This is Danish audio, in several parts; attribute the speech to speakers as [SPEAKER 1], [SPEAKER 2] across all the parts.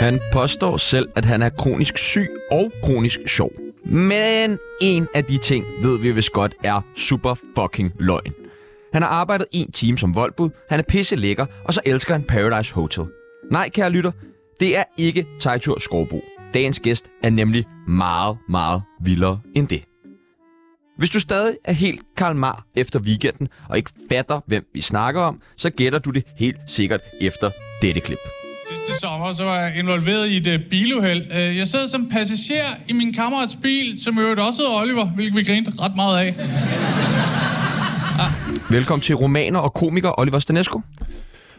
[SPEAKER 1] Han påstår selv, at han er kronisk syg og kronisk sjov. Men en af de ting ved vi vist godt er super fucking løgn. Han har arbejdet en time som voldbud, han er pisse lækker, og så elsker han Paradise Hotel. Nej, kære lytter, det er ikke Tejtur Skovbo. Dagens gæst er nemlig meget, meget vildere end det. Hvis du stadig er helt Karl Mar efter weekenden og ikke fatter, hvem vi snakker om, så gætter du det helt sikkert efter dette klip.
[SPEAKER 2] Sidste sommer så var jeg involveret i et øh, biluheld. Øh, Jeg sad som passager i min kammerats bil, som i øvrigt også hed Oliver, hvilket vi grinte ret meget af.
[SPEAKER 1] Velkommen til romaner og komiker Oliver Stanesco.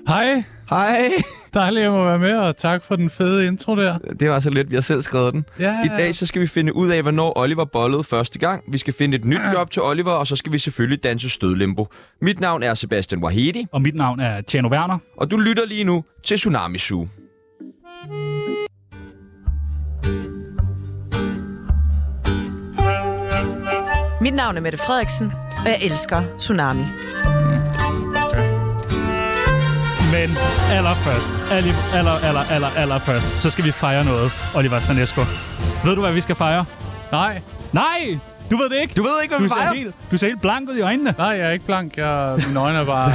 [SPEAKER 3] Hej,
[SPEAKER 1] Hej!
[SPEAKER 3] dejligt at jeg må være med, og tak for den fede intro der.
[SPEAKER 1] Det var så let, vi har selv skrevet den.
[SPEAKER 3] Ja.
[SPEAKER 1] I dag så skal vi finde ud af, hvornår Oliver bollede første gang. Vi skal finde et nyt job til Oliver, og så skal vi selvfølgelig danse stødlimbo. Mit navn er Sebastian Wahedi,
[SPEAKER 3] Og mit navn er Tjano Werner.
[SPEAKER 1] og du lytter lige nu til Tsunami Zoo.
[SPEAKER 4] Mit navn er Mette Frederiksen, og jeg elsker Tsunami.
[SPEAKER 5] Men allerførst, aller, aller, aller, aller, aller først, så skal vi fejre noget, Oliver Stanesco. Ved du, hvad vi skal fejre?
[SPEAKER 3] Nej,
[SPEAKER 5] Nej! Du ved det ikke!
[SPEAKER 1] Du ved ikke, hvad vi
[SPEAKER 5] du ser,
[SPEAKER 1] fejrer?
[SPEAKER 5] helt, du ser helt blank ud i øjnene.
[SPEAKER 3] nej, jeg er ikke blank. Jeg, mine øjne er bare...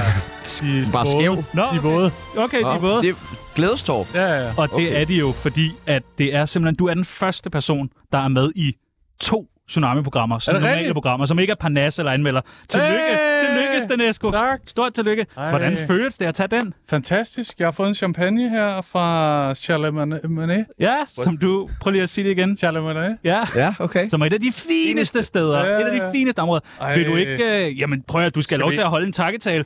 [SPEAKER 3] De
[SPEAKER 1] Bare skæv.
[SPEAKER 5] Nå,
[SPEAKER 3] De er våde.
[SPEAKER 5] Okay, de er både.
[SPEAKER 1] det er glædestår.
[SPEAKER 3] Ja, ja, ja.
[SPEAKER 5] Og det
[SPEAKER 1] Okay.
[SPEAKER 5] er de jo, fordi at det er simpelthen, du er den første person, der er med i to Tsunami-programmer, som
[SPEAKER 3] Er det
[SPEAKER 5] normale
[SPEAKER 3] rigtigt?
[SPEAKER 5] programmer, som ikke er Parnas eller anmelder. Tillykke,
[SPEAKER 3] Hey!
[SPEAKER 5] tillykke, Stanesco.
[SPEAKER 3] Tak.
[SPEAKER 5] Stort tillykke.
[SPEAKER 3] Ej.
[SPEAKER 5] Hvordan føles det at tage den?
[SPEAKER 3] Fantastisk. Jeg har fået en champagne her fra Charlemagne.
[SPEAKER 5] Ja, som du... Prøv lige at sige det igen.
[SPEAKER 3] Charlemagne.
[SPEAKER 5] Ja.
[SPEAKER 1] Ja, okay.
[SPEAKER 5] Som er et af de fineste steder.
[SPEAKER 3] Ja, ja,
[SPEAKER 5] Et af
[SPEAKER 3] ja.
[SPEAKER 5] de fineste områder.
[SPEAKER 3] Ej.
[SPEAKER 5] Ej. Vil du ikke... Øh, jamen prøv at du skal, skal lov
[SPEAKER 3] vi-
[SPEAKER 5] til at holde en takketale.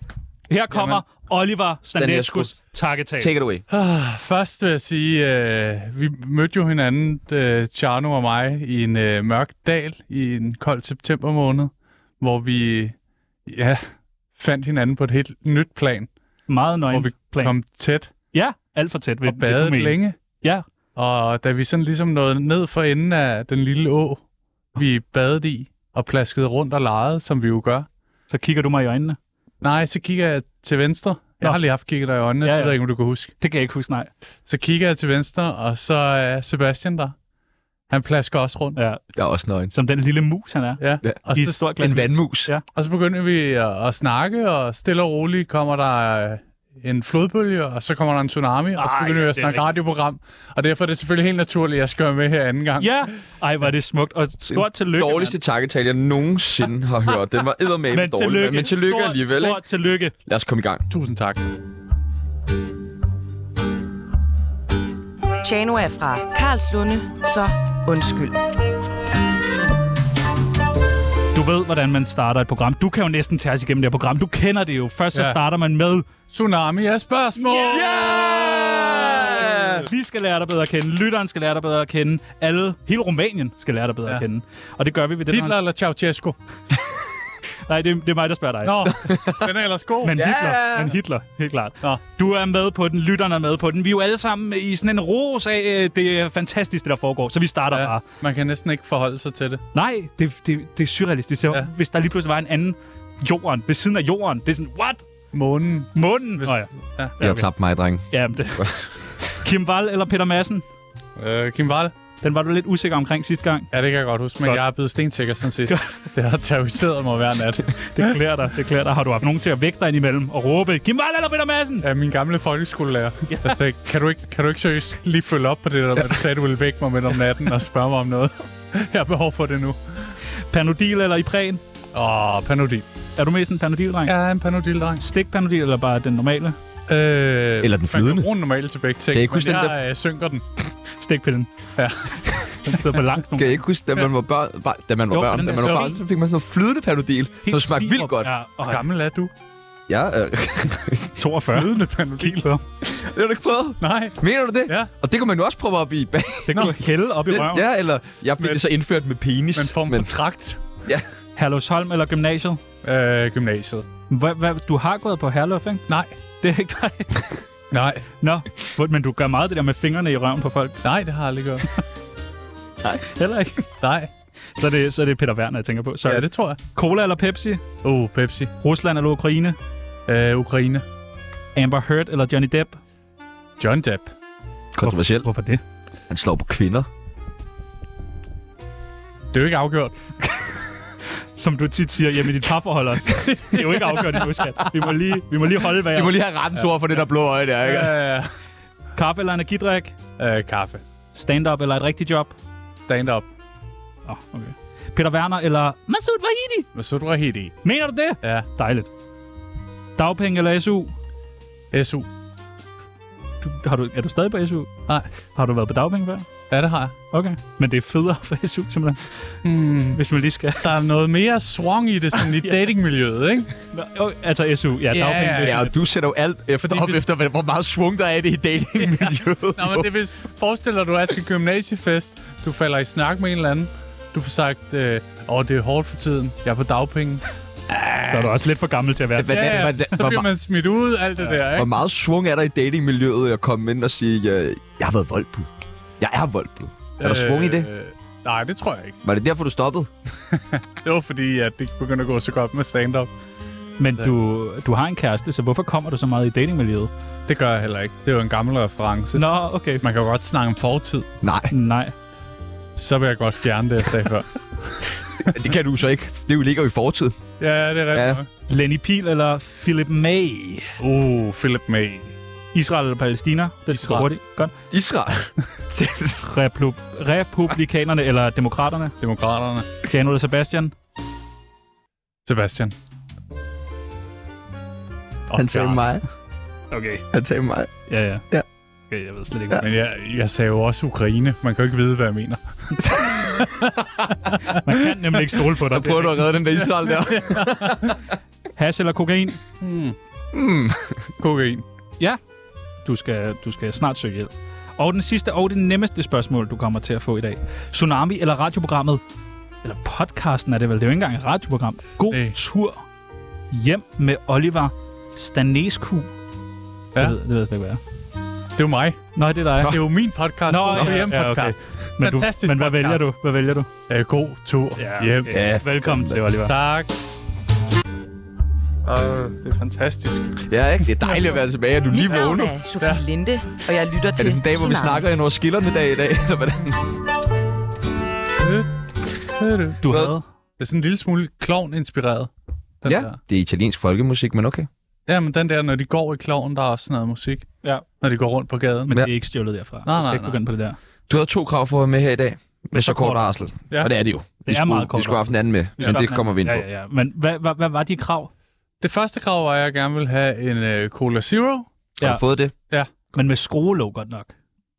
[SPEAKER 5] Her kommer jamen. Oliver
[SPEAKER 1] Stanescus.
[SPEAKER 5] Stanescus takketale.
[SPEAKER 1] Take it away.
[SPEAKER 3] Ah, Først vil jeg sige, øh, vi mødte jo hinanden, øh, Tjano og mig, i en øh, mørk dal i en kold september måned, hvor vi ja, fandt hinanden på et helt nyt plan,
[SPEAKER 5] Meget nøgen
[SPEAKER 3] hvor vi
[SPEAKER 5] plan.
[SPEAKER 3] kom tæt
[SPEAKER 5] Ja, alt for tæt ved
[SPEAKER 3] og badede længe.
[SPEAKER 5] Ja,
[SPEAKER 3] Og da vi sådan ligesom nåede ned for enden af den lille å, vi badede i og plaskede rundt og legede, som vi jo gør.
[SPEAKER 5] så kigger du mig i øjnene.
[SPEAKER 3] Nej, så kigger jeg til venstre. Jeg
[SPEAKER 5] Nå.
[SPEAKER 3] har lige haft kigget dig i øjnene,
[SPEAKER 5] Ja,
[SPEAKER 3] ja, ja.
[SPEAKER 5] ja.
[SPEAKER 3] jeg ved ikke, om du kan huske.
[SPEAKER 5] Det kan jeg ikke huske, nej.
[SPEAKER 3] Så kigger jeg til venstre, og så er Sebastian der. Han plasker også rundt.
[SPEAKER 5] Ja,
[SPEAKER 1] Jeg er også nøgen.
[SPEAKER 5] som den lille mus, han er.
[SPEAKER 3] Ja.
[SPEAKER 1] Ja.
[SPEAKER 3] Og,
[SPEAKER 5] I et
[SPEAKER 3] så,
[SPEAKER 5] stort glas.
[SPEAKER 1] vandmus.
[SPEAKER 5] Ja.
[SPEAKER 3] og så begynder vi at, at snakke, og stille og roligt kommer der øh, en flodbølge, og så kommer der en tsunami, og så
[SPEAKER 5] Ej,
[SPEAKER 3] begynder vi
[SPEAKER 5] ja,
[SPEAKER 3] at
[SPEAKER 5] det er
[SPEAKER 3] snakke
[SPEAKER 5] rigtigt.
[SPEAKER 3] radioprogram. Og derfor er det selvfølgelig helt naturligt, at jeg skal være med her anden gang.
[SPEAKER 5] Ja, ej, var det smukt. Og stort tillykke,
[SPEAKER 1] Dårligste takketale, jeg nogensinde har hørt. Den var eddermame
[SPEAKER 5] mand. Men
[SPEAKER 1] dårlig,
[SPEAKER 5] tillykke,
[SPEAKER 1] men tillykke
[SPEAKER 5] stort,
[SPEAKER 1] alligevel. Ikke?
[SPEAKER 5] Stort tillykke.
[SPEAKER 1] Lad os komme i gang.
[SPEAKER 3] Tusind tak.
[SPEAKER 4] Tjano er fra Karlslunde, så undskyld.
[SPEAKER 5] Du ved, hvordan man starter et program. Du kan jo næsten tage os igennem det her program. Du kender det jo. Først så
[SPEAKER 3] Ja.
[SPEAKER 5] starter man med
[SPEAKER 3] Tsunami er spørgsmål! Yeah!
[SPEAKER 5] Vi skal lære dig bedre at kende. Lytteren skal lære dig bedre at kende. Alle, hele Rumænien skal lære dig bedre ja. at kende. Og det gør vi ved den
[SPEAKER 3] Hitler
[SPEAKER 5] her...
[SPEAKER 3] eller Ceausescu?
[SPEAKER 5] Nej, det, det er mig, der spørger dig.
[SPEAKER 3] Nå, den er ellers god.
[SPEAKER 5] Men
[SPEAKER 3] Men...
[SPEAKER 1] Ja.
[SPEAKER 5] Hitler, men Hitler, helt klart. Nå. Du er med på den, lytteren er med på den. Vi er jo alle sammen i sådan en ros af, øh, det er fantastisk, det der foregår. Så vi starter ja.
[SPEAKER 3] Ja,
[SPEAKER 5] bare.
[SPEAKER 3] man kan næsten ikke forholde sig til det.
[SPEAKER 5] Nej, det, det, det er surrealistisk. Det er, ja.
[SPEAKER 3] Ja.
[SPEAKER 5] Hvis der lige pludselig var en anden jorden, ved siden af jorden. Det er sådan, what?
[SPEAKER 3] Månen.
[SPEAKER 5] Munden? Hvis...
[SPEAKER 3] Hvis-
[SPEAKER 5] Nå ja.
[SPEAKER 3] Ja.
[SPEAKER 1] Jeg har tabt mig, dreng.
[SPEAKER 5] ja men det. Kim Wall eller Peter Madsen?
[SPEAKER 3] Øh, Kim Wall?
[SPEAKER 5] Den var du lidt usikker omkring sidste gang.
[SPEAKER 3] Ja, det kan jeg godt huske, men
[SPEAKER 5] Godt.
[SPEAKER 3] jeg er blevet stensikker siden sidst. det har terroriseret mig hver nat.
[SPEAKER 5] Det klæder dig, det klæder dig. Har du haft nogen til at vække dig indimellem og råbe, Kim Wall eller Peter Madsen?
[SPEAKER 3] Ja, min gamle folkeskolelærer, ja. der sagde, kan du, ikke, kan du ikke seriøst lige følge op på det der, med, at du sagde, du ville vække mig midt om natten og spørge mig om noget? jeg har behov for det nu.
[SPEAKER 5] Panodil eller Ipræn?
[SPEAKER 3] Åh, panodil.
[SPEAKER 5] Er du mest en panodil-dreng?
[SPEAKER 3] Jeg er en panodil-dreng.
[SPEAKER 5] Stik panodil eller bare den normale?
[SPEAKER 3] Øh,
[SPEAKER 1] Eller den flydende.
[SPEAKER 3] Man kan bruge den normalt til begge ting,
[SPEAKER 1] Kan I ikke
[SPEAKER 3] men
[SPEAKER 1] huske den
[SPEAKER 3] jeg der... synker den.
[SPEAKER 5] Stikpillen.
[SPEAKER 3] Ja.
[SPEAKER 5] Den sidder på langt
[SPEAKER 1] Kan
[SPEAKER 5] nogle
[SPEAKER 1] jeg ikke huske, da man var børn, bare, da man var
[SPEAKER 5] Jo,
[SPEAKER 1] børn,
[SPEAKER 5] den
[SPEAKER 1] da
[SPEAKER 5] er
[SPEAKER 1] man var
[SPEAKER 5] så
[SPEAKER 1] barn,
[SPEAKER 5] fin.
[SPEAKER 1] så fik man sådan noget flydende panodil, som smagte vildt godt.
[SPEAKER 5] Ja, og
[SPEAKER 3] Hvor gammel er du?
[SPEAKER 1] Ja, øh,
[SPEAKER 5] 42.
[SPEAKER 3] Flydende
[SPEAKER 5] Kig
[SPEAKER 3] panodil.
[SPEAKER 5] på.
[SPEAKER 1] det har du ikke prøvet.
[SPEAKER 3] Nej.
[SPEAKER 1] Mener du det?
[SPEAKER 3] Ja.
[SPEAKER 1] Og det kunne man jo også proppe op i bag.
[SPEAKER 5] Det kan du hælde op i røven.
[SPEAKER 1] Ja, eller jeg fik
[SPEAKER 3] Men-
[SPEAKER 1] det så indført med penis.
[SPEAKER 3] Men form for trakt.
[SPEAKER 5] Herlufsholm eller gymnasiet?
[SPEAKER 3] Øh, gymnasiet.
[SPEAKER 5] Hva, hva, du har gået på Herluf, ikke?
[SPEAKER 3] Nej.
[SPEAKER 5] Det er ikke dig.
[SPEAKER 3] Nej.
[SPEAKER 5] Nå, hvor- men du gør meget det der med fingrene i røven på folk.
[SPEAKER 3] Nej, det har jeg aldrig gjort.
[SPEAKER 5] Heller ikke.
[SPEAKER 3] Nej.
[SPEAKER 5] Så er det, så er det Peter Werner, jeg tænker på. Sorry.
[SPEAKER 3] Ja, det tror jeg.
[SPEAKER 5] Cola eller Pepsi?
[SPEAKER 3] Oh, Pepsi.
[SPEAKER 5] Rusland eller Ukraine?
[SPEAKER 3] Øh, Ukraine.
[SPEAKER 5] Amber Heard eller Johnny Depp?
[SPEAKER 3] John Depp.
[SPEAKER 1] Kontroversielt.
[SPEAKER 5] Hvorfor det?
[SPEAKER 1] Han slår på kvinder.
[SPEAKER 3] Det er jo ikke afgjort.
[SPEAKER 5] Som du tit siger, jamen dit parforhold også. det er jo ikke afgjort endnu, skat. Vi må lige, vi må lige holde, hvad
[SPEAKER 1] Vi må
[SPEAKER 5] jeg...
[SPEAKER 1] lige have rensord for det der blå øje der, ikke?
[SPEAKER 3] Øh,
[SPEAKER 5] Kaffe eller energidrik?
[SPEAKER 3] øh, kaffe.
[SPEAKER 5] Stand-up eller et rigtigt job?
[SPEAKER 3] Stand up.
[SPEAKER 5] Oh, okay. Peter Werner eller Masoud Wahidi?
[SPEAKER 3] Men så du er helt i.
[SPEAKER 5] Mener du det?
[SPEAKER 3] Ja.
[SPEAKER 5] Dejligt. Dagpenge eller SU?
[SPEAKER 3] SU.
[SPEAKER 5] Du, har du, er du stadig på SU?
[SPEAKER 3] Nej.
[SPEAKER 5] Har du været på dagpenge før?
[SPEAKER 3] Ja, det har jeg.
[SPEAKER 5] Okay. Men det er federe for SU, simpelthen.
[SPEAKER 3] Hmm,
[SPEAKER 5] Hvis man lige skal...
[SPEAKER 3] der er noget mere swung i det, sådan i datingmiljøet, ikke?
[SPEAKER 5] Nå, jo, altså SU, ja,
[SPEAKER 3] Ja,
[SPEAKER 5] dagpenge.
[SPEAKER 3] ja,
[SPEAKER 5] det er
[SPEAKER 1] Ja,
[SPEAKER 5] sådan
[SPEAKER 1] og du sætter jo alt efter,
[SPEAKER 3] Fordi
[SPEAKER 1] op
[SPEAKER 3] hvis-
[SPEAKER 1] efter, hvor meget svung der er i det i datingmiljøet.
[SPEAKER 3] Nå, men det er vist... Forestil dig, du er til gymnasiefest. Du falder i snak med en eller anden. Du får sagt, åh, øh, oh, det er hårdt for tiden. Jeg er på dagpenge.
[SPEAKER 5] lidt- Så er du også lidt for gammel til at være...
[SPEAKER 1] Hvordan-
[SPEAKER 3] Ja, ja.
[SPEAKER 1] hvordan-
[SPEAKER 3] Så
[SPEAKER 1] hvor
[SPEAKER 3] bliver
[SPEAKER 1] ma-
[SPEAKER 3] man smidt ud, alt det der,
[SPEAKER 1] Hvor
[SPEAKER 3] ikke?
[SPEAKER 1] meget svung er der i datingmiljøet at komme ind og sige, øh, jeg har været voldbud. Jeg er voldbud. Er der svung i det?
[SPEAKER 3] Øh, nej, det tror jeg ikke.
[SPEAKER 1] Var det derfor, du stoppede?
[SPEAKER 3] Det var fordi, at det ikke begyndte at gå så godt med stand-up.
[SPEAKER 5] Men du, du har en kæreste, så hvorfor kommer du så meget i datingmiljøet?
[SPEAKER 3] Det gør jeg heller ikke. Det er jo en gammel reference.
[SPEAKER 5] Nå, okay.
[SPEAKER 3] Man kan jo godt snakke om fortid.
[SPEAKER 1] Nej,
[SPEAKER 5] Nej.
[SPEAKER 3] Så vil jeg godt fjerne det, jeg sagde før.
[SPEAKER 1] det kan du så ikke. Det ligger jo i fortid.
[SPEAKER 3] ja, det er
[SPEAKER 1] Ja.
[SPEAKER 3] rigtigt.
[SPEAKER 5] Lenny Pil eller Philip May?
[SPEAKER 3] Ja. Uh, Philip May.
[SPEAKER 5] Israel eller Palæstina? Det er
[SPEAKER 3] Israel.
[SPEAKER 5] hurtigt. Godt.
[SPEAKER 1] Israel.
[SPEAKER 5] Replu- republikanerne eller demokraterne?
[SPEAKER 3] Demokraterne.
[SPEAKER 5] Keanu eller Sebastian?
[SPEAKER 3] Sebastian. Og
[SPEAKER 1] Han sagde
[SPEAKER 3] Bjarne.
[SPEAKER 1] mig.
[SPEAKER 5] Okay.
[SPEAKER 1] Han sagde mig.
[SPEAKER 5] Ja, ja.
[SPEAKER 1] Ja.
[SPEAKER 5] Okay, jeg ved slet ikke,
[SPEAKER 3] Men jeg, jeg sagde jo også Ukraine. Man kan jo ikke vide, hvad jeg mener.
[SPEAKER 5] Man kan nemlig ikke stole på dig.
[SPEAKER 1] Jeg prøver du at redde den der Israel der.
[SPEAKER 5] Hash eller kokain?
[SPEAKER 3] Hmm.
[SPEAKER 1] mm.
[SPEAKER 3] Kokain.
[SPEAKER 5] Du skal, du skal snart søge hjælp. Og den sidste og det nemmeste spørgsmål, du kommer til at få i dag. Tsunami eller radioprogrammet? Eller podcasten er det vel? Det er jo ikke engang et radioprogram. God
[SPEAKER 3] Nej.
[SPEAKER 5] tur hjem med Oliver Stanescu. Ja.
[SPEAKER 3] Ja.
[SPEAKER 5] Jeg ved, det ved jeg slet ikke, hvad er.
[SPEAKER 3] Det er jo mig.
[SPEAKER 5] Nå, det er dig.
[SPEAKER 3] Det er jo min podcast.
[SPEAKER 5] Nå,
[SPEAKER 3] Nå,
[SPEAKER 5] ja,
[SPEAKER 3] hjem
[SPEAKER 5] ja, okay.
[SPEAKER 3] podcast.
[SPEAKER 5] Men, du,
[SPEAKER 3] Fantastisk
[SPEAKER 5] men hvad
[SPEAKER 3] podcast.
[SPEAKER 5] vælger du? Hvad vælger du?
[SPEAKER 3] Ja, god tur hjem.
[SPEAKER 1] Ja,
[SPEAKER 5] Velkommen til, Oliver.
[SPEAKER 3] Tak. Uh, det er fantastisk.
[SPEAKER 1] Ja, ikke? Det er dejligt at være tilbage, at du lige
[SPEAKER 4] Mit navn
[SPEAKER 1] vågner.
[SPEAKER 4] er Sofie Linde, og jeg lytter
[SPEAKER 1] Er
[SPEAKER 4] til
[SPEAKER 1] det sådan en dag, hvor vi
[SPEAKER 4] Tsunami.
[SPEAKER 1] snakker ind over skillerne dag i dag? Eller hvordan?
[SPEAKER 5] Du
[SPEAKER 1] Hvad?
[SPEAKER 5] havde...
[SPEAKER 3] Det er sådan en lille smule klovn-inspireret. Den
[SPEAKER 1] Ja,
[SPEAKER 3] Der.
[SPEAKER 1] det er italiensk folkemusik, men okay.
[SPEAKER 3] Ja, men den der, når de går i klovn, der er også sådan noget musik.
[SPEAKER 5] Ja.
[SPEAKER 3] Når de går rundt på gaden.
[SPEAKER 5] Men
[SPEAKER 1] Ja.
[SPEAKER 5] det er ikke stjålet derfra.
[SPEAKER 3] Nej,
[SPEAKER 5] du skal
[SPEAKER 3] nej,
[SPEAKER 5] ikke
[SPEAKER 3] nej.
[SPEAKER 5] begynde på det der.
[SPEAKER 1] Du havde to krav for at være med her i dag. Med så
[SPEAKER 5] så
[SPEAKER 1] kort
[SPEAKER 5] kort.
[SPEAKER 1] arsel.
[SPEAKER 3] Ja.
[SPEAKER 1] Og det er det jo. Vi
[SPEAKER 5] er
[SPEAKER 1] skulle,
[SPEAKER 5] meget kort
[SPEAKER 1] Vi skulle have haft en anden med, men det kommer vi ind på.
[SPEAKER 5] Ja, ja, ja. Men hvad, hvad, hvad var de krav?
[SPEAKER 3] Det første krav var, at jeg gerne ville have en øh, Cola Zero.
[SPEAKER 1] Har
[SPEAKER 5] Ja.
[SPEAKER 1] du fået det?
[SPEAKER 5] Men med skruelåg godt nok.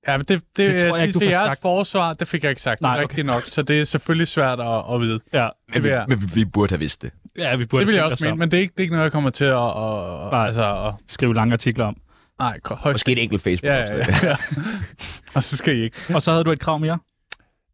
[SPEAKER 3] Ja, men det, det, det
[SPEAKER 5] tror jeg
[SPEAKER 3] jeg,
[SPEAKER 5] ikke,
[SPEAKER 3] jeg
[SPEAKER 5] du
[SPEAKER 3] til
[SPEAKER 5] får
[SPEAKER 3] jeres
[SPEAKER 5] sagt.
[SPEAKER 3] forsvar, det fik jeg ikke sagt
[SPEAKER 5] Nej,
[SPEAKER 3] Nej,
[SPEAKER 5] okay.
[SPEAKER 3] rigtigt nok. Så det er selvfølgelig svært at, at vide.
[SPEAKER 5] Ja,
[SPEAKER 1] Men vi,
[SPEAKER 3] vil jeg.
[SPEAKER 1] men vi, vi burde have vidst det.
[SPEAKER 5] ja vi burde
[SPEAKER 3] Det vil jeg
[SPEAKER 5] tænke os
[SPEAKER 3] også mene,
[SPEAKER 5] om.
[SPEAKER 3] men det er, ikke, det er ikke noget, jeg kommer til at... at
[SPEAKER 5] Nej.
[SPEAKER 3] altså, at,
[SPEAKER 5] Skrive lange artikler om.
[SPEAKER 3] nej, ko- højst.
[SPEAKER 1] Måske et enkelt facebook
[SPEAKER 3] Ja, ja, ja. ja. Og så skal I ikke.
[SPEAKER 5] Og så havde du et krav mere.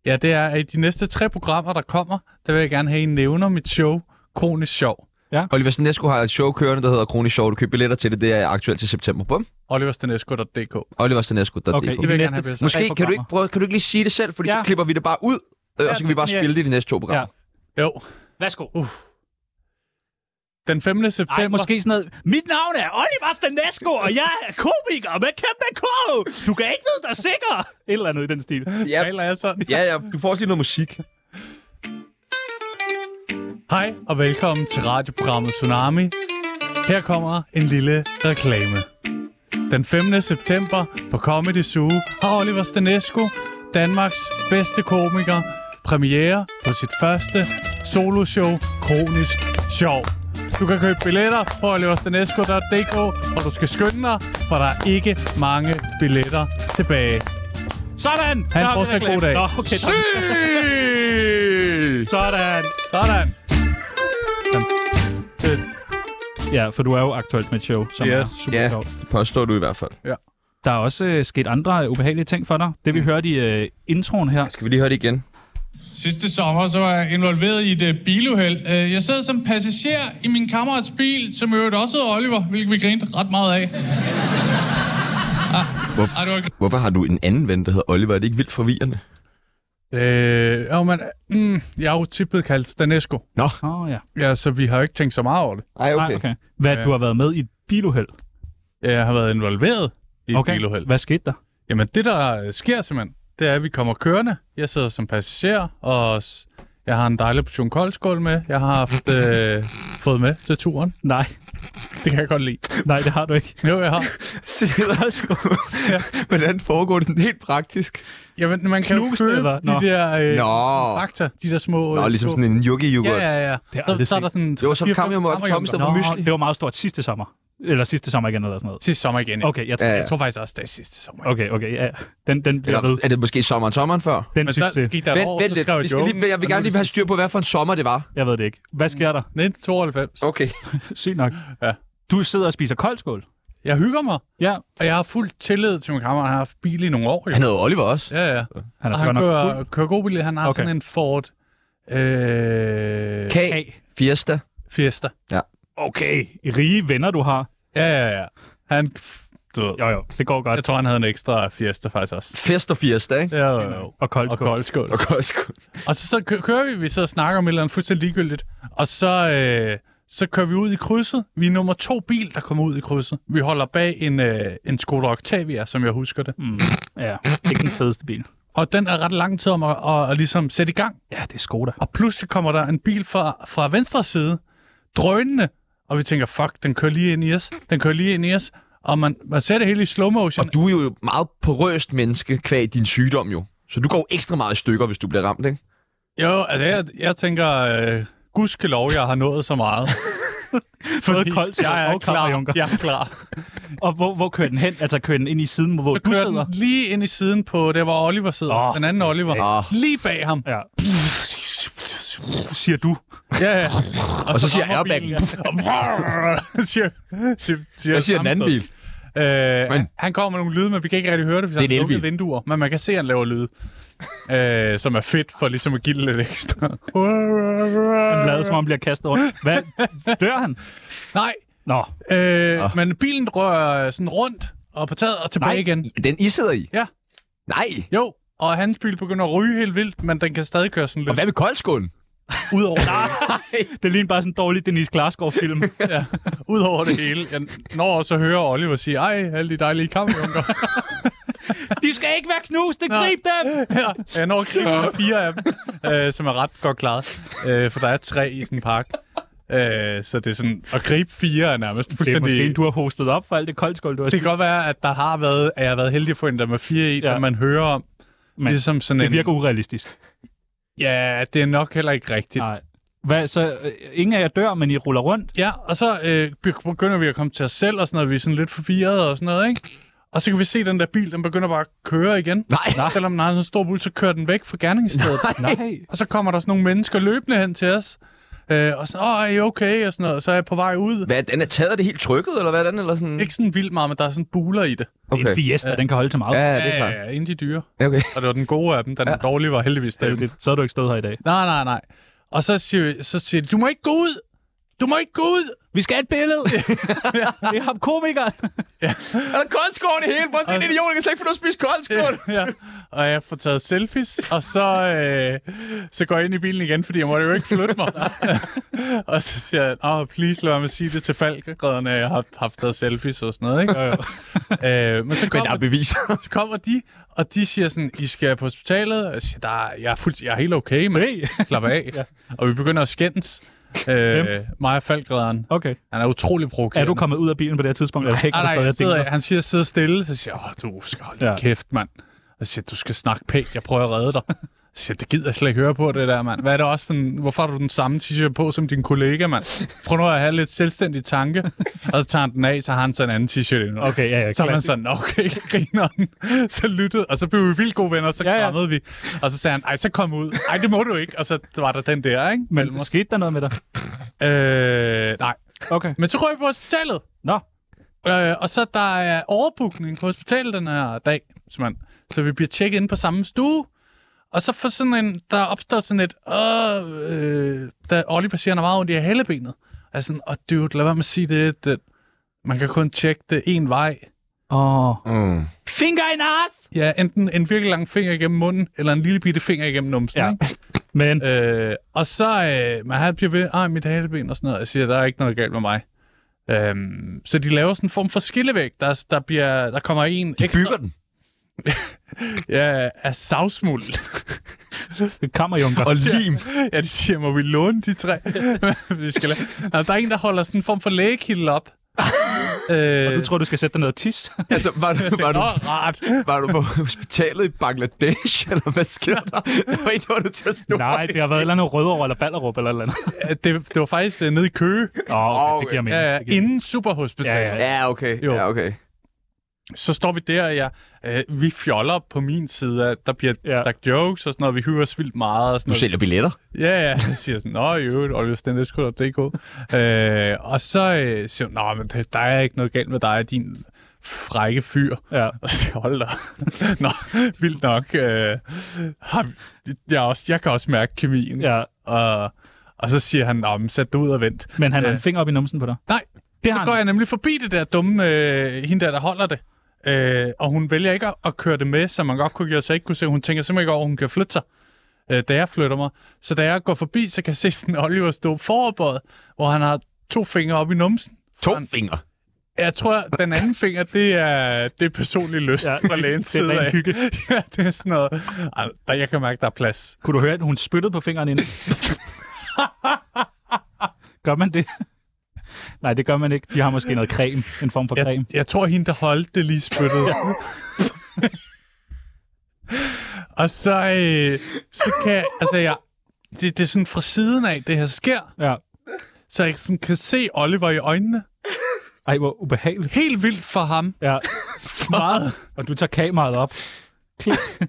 [SPEAKER 3] Ja, det er, at i de næste tre programmer, der kommer, der vil jeg gerne have, at I nævner mit show, Kronisk Sjov.
[SPEAKER 1] Oliver Snesco har et show kørende, der hedder Kronisk Show. Du køber billetter til det. Det er aktuelt til september. Bum.
[SPEAKER 3] Oliverstanesco.dk.
[SPEAKER 1] Oliver Snesco.dk.
[SPEAKER 5] Okay,
[SPEAKER 3] vil
[SPEAKER 5] i
[SPEAKER 3] jeg
[SPEAKER 5] næste
[SPEAKER 3] gerne have,
[SPEAKER 5] tre
[SPEAKER 1] Måske kan du, ikke
[SPEAKER 5] programmer.
[SPEAKER 1] prøve, kan du ikke lige sige det selv, fordi ja.
[SPEAKER 5] Ja.
[SPEAKER 1] så klipper vi det bare ud, øh, og så kan vi bare
[SPEAKER 5] ja.
[SPEAKER 1] spille det i de næste to programmer.
[SPEAKER 3] Jo,
[SPEAKER 5] Værsgo.
[SPEAKER 3] den 5. september...
[SPEAKER 5] Ej, Uh, måske sådan noget. Mit navn er Oliver Stanesco, og jeg er komiker med kæmpe K. Du kan ikke vide dig sikker. Et eller andet i den stil.
[SPEAKER 1] Ja,
[SPEAKER 3] Taler jeg sådan?
[SPEAKER 1] ja, ja, du får også lige noget musik.
[SPEAKER 3] Hej og velkommen til radioprogrammet Tsunami. Her kommer en lille reklame. Den 5. september på Comedy Zoo har Oliver Stanesco, Danmarks bedste komiker, premiere på sit første soloshow Kronisk Sjov. Du kan købe billetter på oliverstanesco.dk, og du skal skynde dig, for der er ikke mange billetter tilbage.
[SPEAKER 5] Sådan. Så har vi
[SPEAKER 3] fortsat
[SPEAKER 5] reklamen.
[SPEAKER 3] god dag.
[SPEAKER 5] Nå, okay, tak. Sådan.
[SPEAKER 3] Sådan.
[SPEAKER 5] Ja, for du er jo aktuelt med et show, som yes. er
[SPEAKER 3] Yes.
[SPEAKER 5] super
[SPEAKER 1] Ja,
[SPEAKER 5] sjovt.
[SPEAKER 1] det påstår du i hvert fald.
[SPEAKER 5] Der er også øh, sket andre øh, ubehagelige ting for dig. Det vi
[SPEAKER 3] Mm.
[SPEAKER 5] hørte i øh, introen her.
[SPEAKER 1] Skal vi lige høre det igen?
[SPEAKER 2] Sidste sommer så var jeg involveret i et øh, biluheld. Øh, Jeg sad som passager i min kammerats bil, som i øvrigt også hed Oliver, hvilket vi grinte ret meget af. Ah,
[SPEAKER 1] Hvor-
[SPEAKER 2] Ej, det var
[SPEAKER 1] Hvorfor har du en anden ven, der hedder Oliver? Er det ikke vildt forvirrende?
[SPEAKER 3] Øh, jo, men, mm, jeg er jo tippet kaldt Stanesco.
[SPEAKER 5] Åh, oh, ja.
[SPEAKER 3] Ja, så vi har jo ikke tænkt så meget over det.
[SPEAKER 1] Ej,
[SPEAKER 5] Nej, okay. Hvad,
[SPEAKER 3] Ja.
[SPEAKER 5] du har været med i et biluheld?
[SPEAKER 3] Jeg har været involveret i et
[SPEAKER 5] Okay.
[SPEAKER 3] biluheld.
[SPEAKER 5] Hvad skete der?
[SPEAKER 3] Jamen det, der øh, sker simpelthen, det er, at vi kommer kørende. Jeg sidder som passager, og s- jeg har en dejlig portion koldskål med. Jeg har haft, øh, fået med til turen.
[SPEAKER 5] Nej,
[SPEAKER 3] Det kan jeg godt lide.
[SPEAKER 5] nej, det har du ikke.
[SPEAKER 3] Jo, jeg har.
[SPEAKER 6] Sidder. Hvordan foregår det sådan helt praktisk?
[SPEAKER 3] Jamen, man kan jo
[SPEAKER 5] Knust,
[SPEAKER 3] købe
[SPEAKER 5] eller?
[SPEAKER 3] de
[SPEAKER 5] Nå.
[SPEAKER 3] der øh,
[SPEAKER 1] Nå.
[SPEAKER 3] fakta, de der små...
[SPEAKER 1] Nå,
[SPEAKER 3] øh,
[SPEAKER 1] ligesom
[SPEAKER 3] små-
[SPEAKER 1] sådan en yuki yoghurt.
[SPEAKER 3] Ja, ja, ja.
[SPEAKER 5] jeg
[SPEAKER 3] Så-
[SPEAKER 5] aldrig
[SPEAKER 3] så er der
[SPEAKER 5] set.
[SPEAKER 3] sådan
[SPEAKER 1] Det var som
[SPEAKER 3] 4-5
[SPEAKER 1] kamp, jeg måtte komme i stedet
[SPEAKER 3] kammerjunker.
[SPEAKER 1] for
[SPEAKER 5] Nå,
[SPEAKER 1] mysli.
[SPEAKER 5] det var meget stort sidste sommer. Eller sidste sommer igen, eller sådan noget.
[SPEAKER 3] Sidste sommer igen. ja.
[SPEAKER 5] Okay, jeg tror,
[SPEAKER 1] Ja,
[SPEAKER 3] Jeg tror faktisk også, det er sidste sommer.
[SPEAKER 5] okay, okay, ja. ja. Den, den bliver ved.
[SPEAKER 1] Eller er det måske sommeren sommeren før?
[SPEAKER 5] Den
[SPEAKER 3] Men så
[SPEAKER 5] succes.
[SPEAKER 3] gik der et
[SPEAKER 1] Vent,
[SPEAKER 3] år,
[SPEAKER 1] vent
[SPEAKER 3] så
[SPEAKER 1] lidt.
[SPEAKER 3] skrev
[SPEAKER 1] Vi skal lige, jeg vil gerne lige have styr på, hvad for en sommer det var.
[SPEAKER 5] Jeg ved det ikke. Hvad sker der?
[SPEAKER 3] 1992.
[SPEAKER 1] Okay.
[SPEAKER 5] Sygt nok.
[SPEAKER 3] Mm. Ja.
[SPEAKER 5] Du sidder og spiser koldskål.
[SPEAKER 3] Jeg hygger mig,
[SPEAKER 5] Ja,
[SPEAKER 3] og jeg har fuld tillid til min kammerat. Han har haft bil i nogle år, jo.
[SPEAKER 1] Han hedder Oliver også.
[SPEAKER 3] Ja, ja.
[SPEAKER 5] han er
[SPEAKER 3] Og
[SPEAKER 5] så godt
[SPEAKER 3] han
[SPEAKER 5] nok
[SPEAKER 3] kører,
[SPEAKER 5] fuld.
[SPEAKER 3] kører god bil. Han har
[SPEAKER 5] Okay.
[SPEAKER 3] okay. sådan en Ford øh,
[SPEAKER 1] K.
[SPEAKER 5] Hey.
[SPEAKER 1] Fiesta.
[SPEAKER 3] Fiesta.
[SPEAKER 5] Okay, rige venner, du har.
[SPEAKER 3] Ja, ja, ja. Han, pff, du ved,
[SPEAKER 5] Jo, jo, det går godt.
[SPEAKER 3] jeg tror, han havde en ekstra Fiesta faktisk også.
[SPEAKER 1] Fest og Fiesta, ikke?
[SPEAKER 3] Ja, jo, jo.
[SPEAKER 5] Og
[SPEAKER 3] Og
[SPEAKER 5] koldskål.
[SPEAKER 3] koldskål.
[SPEAKER 1] Og Costco.
[SPEAKER 3] Og så, så kø- kører vi, vi så snakker om et eller andet fuldstændig ligegyldigt. Og så, øh, så kører vi ud i krydset. Vi er nummer to bil, der kommer ud i krydset. Vi holder bag en, øh, en Skoda Octavia, som jeg husker det.
[SPEAKER 5] Mm. Ja, ikke den fedeste bil.
[SPEAKER 3] Og den er ret lang tid om at, at, at ligesom sætte i gang.
[SPEAKER 5] Ja, det er Skoda.
[SPEAKER 3] Og pludselig kommer der en bil fra, fra venstre side, drønende. Og vi tænker, fuck, den kører lige ind i os. Den kører lige ind i os. Og man, man ser det hele i slow
[SPEAKER 1] Og
[SPEAKER 3] motion.
[SPEAKER 1] du er jo et meget porøst menneske, kvæg din sygdom jo. Så du går jo ekstra meget i stykker, hvis du bliver ramt, ikke?
[SPEAKER 3] Jo, altså jeg, jeg tænker, øh, gudskelov, jeg har nået så meget.
[SPEAKER 5] Både koldskål
[SPEAKER 3] jeg er
[SPEAKER 5] og kammerjunker.
[SPEAKER 3] klar. Jeg er klar.
[SPEAKER 5] Og hvor, hvor kører den hen? Altså, kører den ind i siden, hvor
[SPEAKER 3] Så
[SPEAKER 5] du
[SPEAKER 3] kører
[SPEAKER 5] sidder?
[SPEAKER 3] den lige ind i siden på, der hvor Oliver sidder.
[SPEAKER 5] Åh,
[SPEAKER 3] Oh, den anden Oliver.
[SPEAKER 1] Åh.
[SPEAKER 3] Oh. Lige bag ham.
[SPEAKER 5] Ja. Siger du.
[SPEAKER 3] Ja, ja.
[SPEAKER 1] Og så siger
[SPEAKER 3] rammer
[SPEAKER 1] airbaggen,
[SPEAKER 3] bilen. Og siger, siger, siger,
[SPEAKER 1] Hvad siger den
[SPEAKER 3] samme
[SPEAKER 1] anden
[SPEAKER 3] sted.
[SPEAKER 1] bil?
[SPEAKER 3] Øh,
[SPEAKER 1] Men-
[SPEAKER 3] men. Han kommer med nogle lyde, men vi kan ikke rigtig høre det, hvis
[SPEAKER 1] Det er
[SPEAKER 3] han
[SPEAKER 1] en
[SPEAKER 3] har lukket
[SPEAKER 1] elbil.
[SPEAKER 3] vinduer. Men man kan se, at han laver lyde, øh, som er fedt for ligesom at give det lidt ekstra.
[SPEAKER 5] Han lader, som om han bliver kastet rundt. Hvad? Dør han?
[SPEAKER 3] Nej,
[SPEAKER 5] Nå,
[SPEAKER 3] øh, oh. men bilen rører sådan rundt og på taget og tilbage
[SPEAKER 5] Nej.
[SPEAKER 3] igen.
[SPEAKER 1] Den I sidder i?
[SPEAKER 3] Ja.
[SPEAKER 1] Nej.
[SPEAKER 3] Jo, og hans bil begynder at ryge helt vildt, men den kan stadig køre sådan
[SPEAKER 1] Og
[SPEAKER 3] lidt
[SPEAKER 1] hvad med koldskålen?
[SPEAKER 3] ud over det.
[SPEAKER 5] det ligner bare sådan en dårlig Denise Glasgow-film.
[SPEAKER 3] ja, ud over det hele. Jeg når også at høre Oliver sige, ej, alle de dejlige kampjunker.
[SPEAKER 5] De skal ikke være knuste, grib dem!
[SPEAKER 3] ja, jeg når at gribe nummer fire af dem, øh, som er ret godt klaret, øh, for der er tre i sådan en park. Øh, så det er sådan, at gribe fire er nærmest
[SPEAKER 5] Det er
[SPEAKER 3] fuldstændig...
[SPEAKER 5] måske en, du har hostet op for alt det koldskål, du har
[SPEAKER 3] det
[SPEAKER 5] spist.
[SPEAKER 3] kan godt være, at der har været, at jeg har været heldig at få en, der med fire i,
[SPEAKER 5] Ja.
[SPEAKER 3] ja. når man hører om.
[SPEAKER 5] Men
[SPEAKER 3] Men ligesom sådan
[SPEAKER 5] Det
[SPEAKER 3] en,
[SPEAKER 5] virker urealistisk.
[SPEAKER 3] Ja, det er nok heller ikke rigtigt.
[SPEAKER 5] Nej. Hvad, så øh, ingen af jer dør, men I ruller rundt?
[SPEAKER 3] Ja, og så øh, begynder vi at komme til os selv og sådan noget. Vi er sådan lidt forvirrede og sådan noget, ikke? Og så kan vi se, at den der bil, den begynder bare at køre igen.
[SPEAKER 1] Nej.
[SPEAKER 3] Selvom den har sådan en stor bul, så kører den væk fra gerningsstedet.
[SPEAKER 5] Nej.
[SPEAKER 3] Og så kommer der sådan nogle mennesker løbende hen til os. Øh, og så, åh, er I okay? Og sådan noget. Og så er jeg på vej ud.
[SPEAKER 1] Hvad, den er taget af det helt trykket, eller hvad er den? Eller sådan?
[SPEAKER 3] Ikke sådan vildt meget, men der er sådan buler i det.
[SPEAKER 5] Okay. En
[SPEAKER 1] Okay.
[SPEAKER 5] fiesta, den kan holde til meget.
[SPEAKER 1] Ja, det er klart.
[SPEAKER 3] Ja, ja, inden de dyre.
[SPEAKER 1] Ja, Okay.
[SPEAKER 3] Og det var den gode af dem, da den dårlige var heldigvis dem.
[SPEAKER 5] Heldigt. Så har du ikke stået her i dag.
[SPEAKER 3] Nej, nej, nej. Og så siger, vi- så siger de, du må ikke gå ud! Du må ikke gå ud!
[SPEAKER 5] Vi skal have et billede! Det er ham komikeren!
[SPEAKER 1] Er der koldskål i hele? Prøv at se, en idiot, jeg kan slet ikke få noget at spise koldskål.
[SPEAKER 3] ja. Og jeg får taget selfies, og så, øh, så går jeg ind i bilen igen, fordi jeg måtte jo ikke flytte mig. og så siger jeg, oh, please lad mig at sige det til falkeredderne, at jeg har haft taget selfies og sådan noget. Ikke? Og, øh, men så
[SPEAKER 1] Men
[SPEAKER 3] kommer,
[SPEAKER 1] der er beviser.
[SPEAKER 3] så kommer de, og de siger sådan, I skal på hospitalet. Og jeg siger, der, er- jeg, er fuldt, jeg er helt okay, men slap af. ja. Og vi begynder at skændes. Øh, mig og falkeredderen.
[SPEAKER 5] Okay.
[SPEAKER 3] Han er utrolig
[SPEAKER 5] Er
[SPEAKER 3] provokerende.
[SPEAKER 5] du kommet ud af bilen på det her tidspunkt? Eller ikke?
[SPEAKER 3] Ah, Nej, nej,
[SPEAKER 5] Forstår
[SPEAKER 3] jeg
[SPEAKER 5] Ah, jeg tænker.
[SPEAKER 3] sidder, han siger, sidde stille. Så siger jeg, åh, du skal holde
[SPEAKER 5] Ja.
[SPEAKER 3] ja. kæft, mand. Og så siger jeg, du skal snakke pænt, jeg prøver at redde dig. Så siger jeg, det gider jeg slet ikke høre på, det der, mand. Hvad er det også for en, hvorfor har du den samme t-shirt på som din kollega, mand? Prøv nu at have lidt selvstændig tanke. Og så tager han den af, så har han sådan en anden t-shirt ind.
[SPEAKER 5] Okay, ja, ja.
[SPEAKER 3] Så er man
[SPEAKER 5] klassisk.
[SPEAKER 3] sådan, okay, griner den. Så lyttede, og så blev vi vildt gode venner, så
[SPEAKER 5] Ja,
[SPEAKER 3] ja,
[SPEAKER 5] ja.
[SPEAKER 3] ja. krammede vi. Og så sagde han, ej, så kom ud. Ej, det må du ikke. Og så var der den der, ikke?
[SPEAKER 5] Men
[SPEAKER 3] os.
[SPEAKER 5] skete der noget med dig?
[SPEAKER 3] Øh, nej.
[SPEAKER 5] Okay.
[SPEAKER 3] Men så røg vi på hospitalet.
[SPEAKER 5] Nå,
[SPEAKER 3] Øh, og så der er overbookning på hospitalet den her dag, simpelthen. Så vi bliver tjekket ind på samme stue. Og så for sådan en, der opstår sådan et, åh, øh, da Oliver siger, han har meget ondt i halebenet. Altså, og dude, lad være med at sige det, det. Man kan kun tjekke det en vej.
[SPEAKER 5] Åh.
[SPEAKER 1] Mm.
[SPEAKER 5] Finger in ass!
[SPEAKER 3] Ja, enten en virkelig lang finger igennem munden, eller en lille bitte finger igennem numsen.
[SPEAKER 5] Ja.
[SPEAKER 3] Ja.
[SPEAKER 5] Men
[SPEAKER 3] Øh, og så, øh, man har bliver ved, ah, mit haleben og sådan noget, og jeg siger, der er ikke noget galt med mig. Øhm, så de laver sådan en form for skillevæg. Der, der, bliver, der kommer en
[SPEAKER 1] De bygger den.
[SPEAKER 3] Jeg er savsmuld.
[SPEAKER 5] Kammerjunker.
[SPEAKER 1] Og lim.
[SPEAKER 3] ja, de siger, må vi låne de tre? vi skal lade- altså, der er en, der holder sådan en form for lægekilde op. øh,
[SPEAKER 5] Du tror, du skal sætte dig ned og tisse?
[SPEAKER 1] Altså, var du, var, du,
[SPEAKER 3] Åh, rart.
[SPEAKER 1] var du på hospitalet i Bangladesh, eller hvad sker der? Det var ikke, der var du til at stå
[SPEAKER 5] Nej, det har været et eller andet Rødovre eller Ballerup eller et eller andet.
[SPEAKER 3] Det, det var faktisk øh, nede i Køge,
[SPEAKER 5] Åh, okay,
[SPEAKER 1] Okay.
[SPEAKER 5] det giver mening.
[SPEAKER 3] ja, ja,
[SPEAKER 5] Det giver mening.
[SPEAKER 3] inden Superhospitalet.
[SPEAKER 5] Ja, ja,
[SPEAKER 1] Ja, okay.
[SPEAKER 3] Jo.
[SPEAKER 1] Ja, okay.
[SPEAKER 3] så står vi der, og jeg, øh, vi fjoller på min side, at der bliver
[SPEAKER 5] Ja.
[SPEAKER 3] ja. sagt jokes og sådan noget, vi hyrer os vildt meget og sådan
[SPEAKER 1] Du
[SPEAKER 3] noget.
[SPEAKER 1] sælger billetter.
[SPEAKER 3] Ja, ja, jeg siger sådan, nå, i øvrigt, Oliver Stenlæs.dk. øh, og så øh, siger hun, nå, men der- der er ikke noget galt med dig, din frække fyr.
[SPEAKER 5] Ja.
[SPEAKER 3] Og så siger jeg, hold da. nå, vildt nok. Øh, har vi- jeg, er også, jeg kan også mærke kemien.
[SPEAKER 5] ja.
[SPEAKER 3] Og, og så siger han, nå, men sæt dig ud og vent.
[SPEAKER 5] Men han har en finger op i numsen på dig.
[SPEAKER 3] Nej,
[SPEAKER 5] Det har
[SPEAKER 3] så
[SPEAKER 5] han.
[SPEAKER 3] går jeg nemlig forbi det der dumme, øh, hende der, der holder det. Øh, og hun vælger ikke at, at køre det med, som man godt kunne gøre, så jeg ikke kunne se. Hun tænker simpelthen ikke over, at hun kan flytte sig, øh, da jeg flytter mig. Så da jeg går forbi, så kan jeg se sådan Oliver stå forberedt, hvor han har to fingre op i numsen.
[SPEAKER 1] To fingre.
[SPEAKER 3] Jeg tror, den anden finger, det er, det er personlig lyst
[SPEAKER 5] Ja,
[SPEAKER 3] ja, fra lægens
[SPEAKER 5] det er
[SPEAKER 3] side
[SPEAKER 5] ren
[SPEAKER 3] af.
[SPEAKER 5] hygge.
[SPEAKER 3] ja, det er sådan noget. Ej, der, jeg kan mærke, der er plads.
[SPEAKER 5] Kunne du høre, at hun spyttede på fingeren ind? gør man det? Nej, det gør man ikke. De har måske noget creme. En form for creme.
[SPEAKER 3] Jeg, jeg tror, hende, der holdt det lige spyttede. og så, øh, så kan jeg, altså jeg, det, det er sådan fra siden af, det her sker,
[SPEAKER 5] Ja.
[SPEAKER 3] så jeg sådan kan se Oliver i øjnene.
[SPEAKER 5] Ej, hvor ubehageligt.
[SPEAKER 3] Helt vildt for ham.
[SPEAKER 5] Ja.
[SPEAKER 3] Meget.
[SPEAKER 5] Og du tager kameraet op.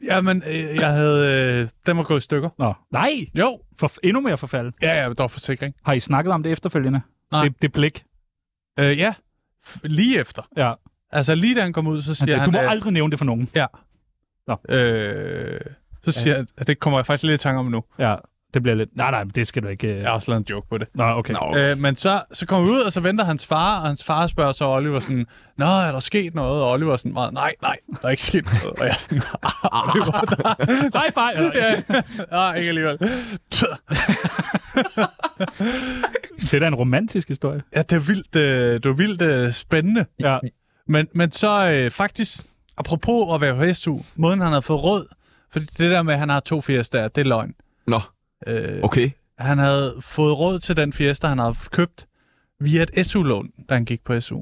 [SPEAKER 3] Jamen, øh, jeg havde, øh, den var gået i stykker.
[SPEAKER 5] Nå. Nej!
[SPEAKER 3] Jo,
[SPEAKER 5] For, endnu mere forfald.
[SPEAKER 3] ja, ja, der var forsikring.
[SPEAKER 5] Har I snakket om det efterfølgende?
[SPEAKER 3] Nej.
[SPEAKER 5] Det, det blik.
[SPEAKER 3] Øh, ja, F- lige efter.
[SPEAKER 5] Ja.
[SPEAKER 3] Altså lige da han kom ud, så
[SPEAKER 5] Han
[SPEAKER 3] siger
[SPEAKER 5] sagde,
[SPEAKER 3] han,
[SPEAKER 5] du må
[SPEAKER 3] øh,
[SPEAKER 5] aldrig nævne det for nogen.
[SPEAKER 3] øh, så siger jeg, at det kommer jeg faktisk lidt i tanke om nu.
[SPEAKER 5] Ja, det bliver lidt... Nej, nej, men det skal du ikke... øh.
[SPEAKER 3] Jeg har også lavet en joke på det.
[SPEAKER 5] Nå, okay.
[SPEAKER 1] Nå.
[SPEAKER 3] Øh, men så, så kommer vi ud, og så venter hans far, og hans far spørger så Oliver sådan, Nå, er der sket noget? Og Oliver er sådan meget, nej, nej, der er ikke sket noget. Og jeg er sådan, "Ah, Oliver, der
[SPEAKER 5] High five! Ja.
[SPEAKER 3] er ah, ikke alligevel.
[SPEAKER 5] Det er da en romantisk historie.
[SPEAKER 3] Ja, det er vildt, øh, det er vildt øh, spændende.
[SPEAKER 5] Ja.
[SPEAKER 3] Men, men så øh, faktisk, apropos at være på SU, måden han havde fået råd, fordi det der med, at han har to fiestaer, det er løgn.
[SPEAKER 1] Nå,
[SPEAKER 3] Øh,
[SPEAKER 1] okay.
[SPEAKER 3] han havde fået råd til den fiesta, han havde købt via et SU-lån, da han gik på SU.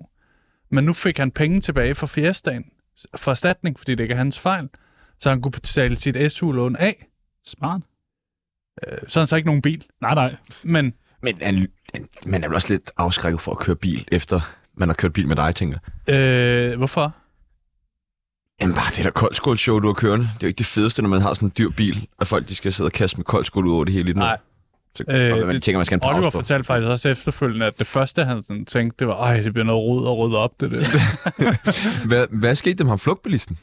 [SPEAKER 3] Men nu fik han penge tilbage fra fiestaen for erstatning, fordi det ikke er hans fejl. Så han kunne betale sit SU-lån af.
[SPEAKER 5] Smart.
[SPEAKER 3] Øh, Så har han så ikke nogen bil.
[SPEAKER 5] Nej, nej.
[SPEAKER 3] Men
[SPEAKER 1] Men han, han- man er vel også lidt afskrækket for at køre bil, efter man har kørt bil med dig, tænker jeg.
[SPEAKER 3] øh, hvorfor?
[SPEAKER 1] Jamen bare det der koldskålshow, du har kørende. Det er jo ikke det fedeste, når man har sådan en dyr bil, at folk de skal sidde og kaste med koldskål ud over det hele i den.
[SPEAKER 3] Nej.
[SPEAKER 1] Så
[SPEAKER 3] Øh,
[SPEAKER 1] øh, man
[SPEAKER 3] det-
[SPEAKER 1] tænker, man skal have en
[SPEAKER 3] Oliver
[SPEAKER 1] pause for.
[SPEAKER 3] fortalte faktisk også efterfølgende, at det første, han sådan tænkte, det var, ej, det bliver noget rod og rydde op, det der.
[SPEAKER 1] Hvad, hvad skete der med ham flugtbilisten?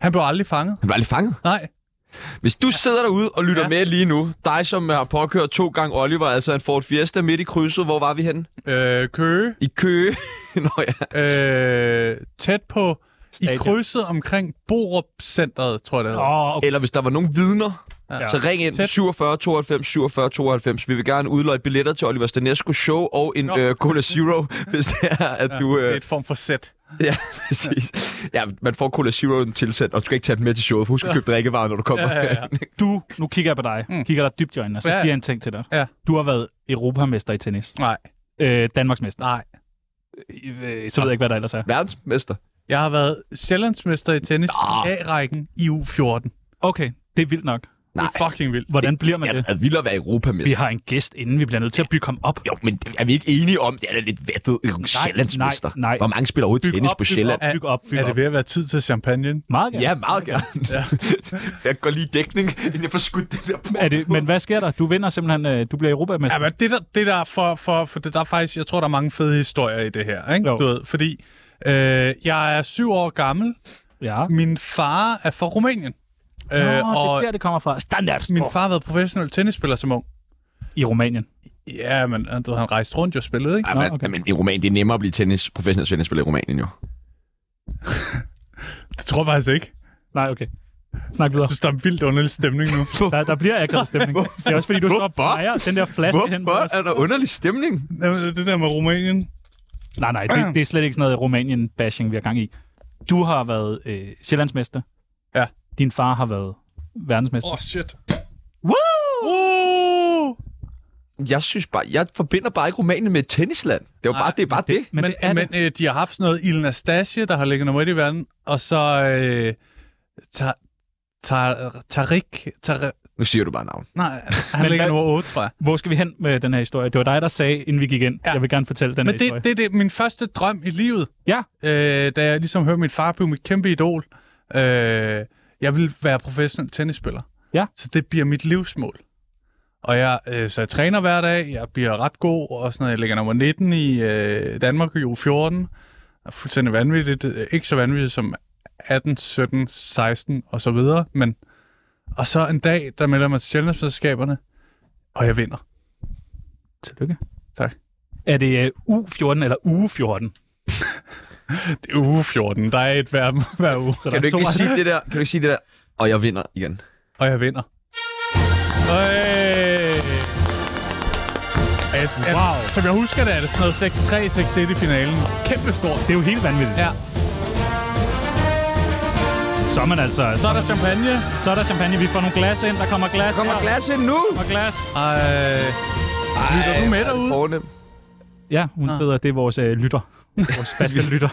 [SPEAKER 3] han blev aldrig fanget.
[SPEAKER 1] Han blev aldrig fanget.
[SPEAKER 3] Nej.
[SPEAKER 1] Hvis du sidder derude og lytter
[SPEAKER 3] Ja.
[SPEAKER 1] ja. med lige nu, dig som har påkørt to gange Oliver, altså en Ford Fiesta midt i krydset, hvor var vi henne?
[SPEAKER 3] Øh, Køge,
[SPEAKER 1] I Køge. Nå ja.
[SPEAKER 3] øh, tæt på, i
[SPEAKER 5] Stadion.
[SPEAKER 3] krydset omkring Borup-centret, tror jeg, det hedder.
[SPEAKER 5] Åh, okay.
[SPEAKER 1] Eller hvis der var nogen vidner,
[SPEAKER 3] Ja.
[SPEAKER 1] ja. så ring ind
[SPEAKER 3] Tæt.
[SPEAKER 1] 47 92 47 92. Vi vil gerne udløje billetter til Oliver Stanesco show og en
[SPEAKER 3] Nå.
[SPEAKER 1] øh, Cola Zero, hvis det er, at ja, du...
[SPEAKER 3] Det er
[SPEAKER 1] Øh,
[SPEAKER 3] et form for sæt.
[SPEAKER 1] ja, præcis. Ja, man får Cola Zero tilsendt, og du skal ikke tage den med til showet, for husk at købe drikkevarer, når du kommer.
[SPEAKER 3] Ja, ja, ja.
[SPEAKER 5] Du, nu kigger jeg på dig. Mm. Kigger dig dybt i øjnene, og så
[SPEAKER 3] Ja.
[SPEAKER 5] siger jeg en ting til dig.
[SPEAKER 3] Ja.
[SPEAKER 5] Du har været europamester i tennis.
[SPEAKER 3] Nej.
[SPEAKER 5] Øh, Danmarksmester.
[SPEAKER 3] Nej.
[SPEAKER 5] Øh, så ved jeg ikke, hvad der ellers er.
[SPEAKER 1] Verdensmester.
[SPEAKER 3] Jeg har været sjællandsmester i tennis i A-rækken i U14.
[SPEAKER 5] Okay, det er vildt nok.
[SPEAKER 3] Nej. Det altså- er fucking vildt.
[SPEAKER 5] Hvordan bliver man
[SPEAKER 1] Ja,
[SPEAKER 5] det?
[SPEAKER 1] det er vildt at være
[SPEAKER 5] Vi
[SPEAKER 1] europamester.
[SPEAKER 5] har en gæst inden, vi bliver nødt til at bygge ham op.
[SPEAKER 1] Jo, men det- er vi ikke enige om, det er da lidt vattet nej, sjællandsmester?
[SPEAKER 5] nej, nej.
[SPEAKER 1] Hvor mange spiller overhovedet
[SPEAKER 5] Byg
[SPEAKER 1] tennis
[SPEAKER 5] op,
[SPEAKER 1] på
[SPEAKER 5] byg
[SPEAKER 1] Sjælland?
[SPEAKER 5] op, byg op, byg
[SPEAKER 3] Er det
[SPEAKER 5] op.
[SPEAKER 3] ved at være tid til champagne?
[SPEAKER 5] Meget gerne.
[SPEAKER 1] Ja, meget gerne. Ja. jeg går lige i dækning, inden jeg får skudt den der på.
[SPEAKER 5] Er det, men hvad sker der? Du vinder simpelthen, øh, du bliver europamester.
[SPEAKER 3] Ja, men det der, det der for, for, for det der er faktisk, jeg tror, der er mange fede historier i det her, ikke?
[SPEAKER 5] Jo.
[SPEAKER 3] Du ved, fordi øh, jeg er syv år gammel.
[SPEAKER 5] Ja.
[SPEAKER 3] Min far er fra Rumænien.
[SPEAKER 5] Nå,
[SPEAKER 3] Øh,
[SPEAKER 5] det er
[SPEAKER 3] og
[SPEAKER 5] der, det kommer fra. Standard
[SPEAKER 3] min far har været professionel tennisspiller som ung.
[SPEAKER 5] i Rumænien.
[SPEAKER 3] Ja, men øh, du ved, han rejste rundt jo og spillede, ikke?
[SPEAKER 1] Ja,
[SPEAKER 5] Nå,
[SPEAKER 1] men,
[SPEAKER 5] okay. Altså,
[SPEAKER 1] okay. men i Rumænien, det er nemmere at blive tennis, professionel tennisspiller i Rumænien jo.
[SPEAKER 3] Det tror jeg faktisk ikke.
[SPEAKER 5] Nej, okay. Snak
[SPEAKER 3] Jeg
[SPEAKER 5] videre.
[SPEAKER 3] synes, der er en vildt underlig stemning nu.
[SPEAKER 5] Der, der bliver akavet stemning. Det er også fordi, du står og
[SPEAKER 1] Hvorfor?
[SPEAKER 5] peger den der flaske hen. på os.
[SPEAKER 1] Hvorfor er der underlig stemning?
[SPEAKER 3] Jamen, det der med Rumænien.
[SPEAKER 5] Nej, nej, det, det er slet ikke sådan noget Rumænien-bashing, vi har gang i. Du har været øh, Sjællandsmester Din far har været verdensmester.
[SPEAKER 2] Åh, oh, shit.
[SPEAKER 1] Jeg synes bare, jeg forbinder bare ikke Rumænien med et tennisland. Det er jo bare det. Er bare det.
[SPEAKER 5] Men, men det er
[SPEAKER 3] men
[SPEAKER 5] men,
[SPEAKER 3] øh, de har haft sådan noget Il Nastasia, der har ligget nummer et i verden, og så øh, ta, ta, Tarik... Tar,
[SPEAKER 1] Nu siger du bare navn.
[SPEAKER 3] nej, han
[SPEAKER 5] Men
[SPEAKER 3] ligger
[SPEAKER 5] hvad-
[SPEAKER 3] nummer 8, tror jeg.
[SPEAKER 5] Hvor skal vi hen med den her historie? Det var dig, der sagde, inden vi gik ind. Ja.
[SPEAKER 3] Ja.
[SPEAKER 5] Jeg vil gerne fortælle den her
[SPEAKER 3] Men
[SPEAKER 5] historie.
[SPEAKER 3] det, det, det er min første drøm i livet.
[SPEAKER 5] Ja.
[SPEAKER 3] Øh, da jeg ligesom hørte min far blive mit kæmpe idol. Øh, jeg vil være professionel tennisspiller.
[SPEAKER 5] Ja.
[SPEAKER 3] Så det bliver mit livsmål. Og jeg, øh, så jeg træner hver dag, jeg bliver ret god, og sådan noget. jeg ligger nummer 19 i øh, Danmark i U14. Er fuldstændig vanvittigt, Øh, ikke så vanvittigt som 18, 17, 16 og så videre, men og så en dag, der melder jeg mig til sjældnhedsmesterskaberne, og jeg vinder.
[SPEAKER 5] Tillykke.
[SPEAKER 3] Tak.
[SPEAKER 5] Er det uh, U14 eller U14?
[SPEAKER 3] Det er uge 14, der er et hver, hver uge.
[SPEAKER 5] Så
[SPEAKER 1] Kan du ikke lige
[SPEAKER 5] to-
[SPEAKER 1] sige det der? Kan du ikke sige det der? Og jeg vinder igen.
[SPEAKER 3] og jeg vinder. Øj. Jeg, jeg, wow. Som jeg husker det, er det sådan noget 6-3, 6-1 i finalen. Kæmpe stort.
[SPEAKER 5] Det er jo helt vanvittigt.
[SPEAKER 3] Ja.
[SPEAKER 5] Så er man altså...
[SPEAKER 3] Så
[SPEAKER 5] Så,
[SPEAKER 3] er der champagne.
[SPEAKER 5] så er der champagne. Vi får nogle glas ind. Der kommer glas
[SPEAKER 1] Kommer
[SPEAKER 5] her.
[SPEAKER 1] glasset nu!
[SPEAKER 5] Og glas.
[SPEAKER 3] Ej. Lytter du med derude?
[SPEAKER 1] Fornemt.
[SPEAKER 5] Ja, hun ah. sidder. Det er vores øh, lytter. Vores faste lytter.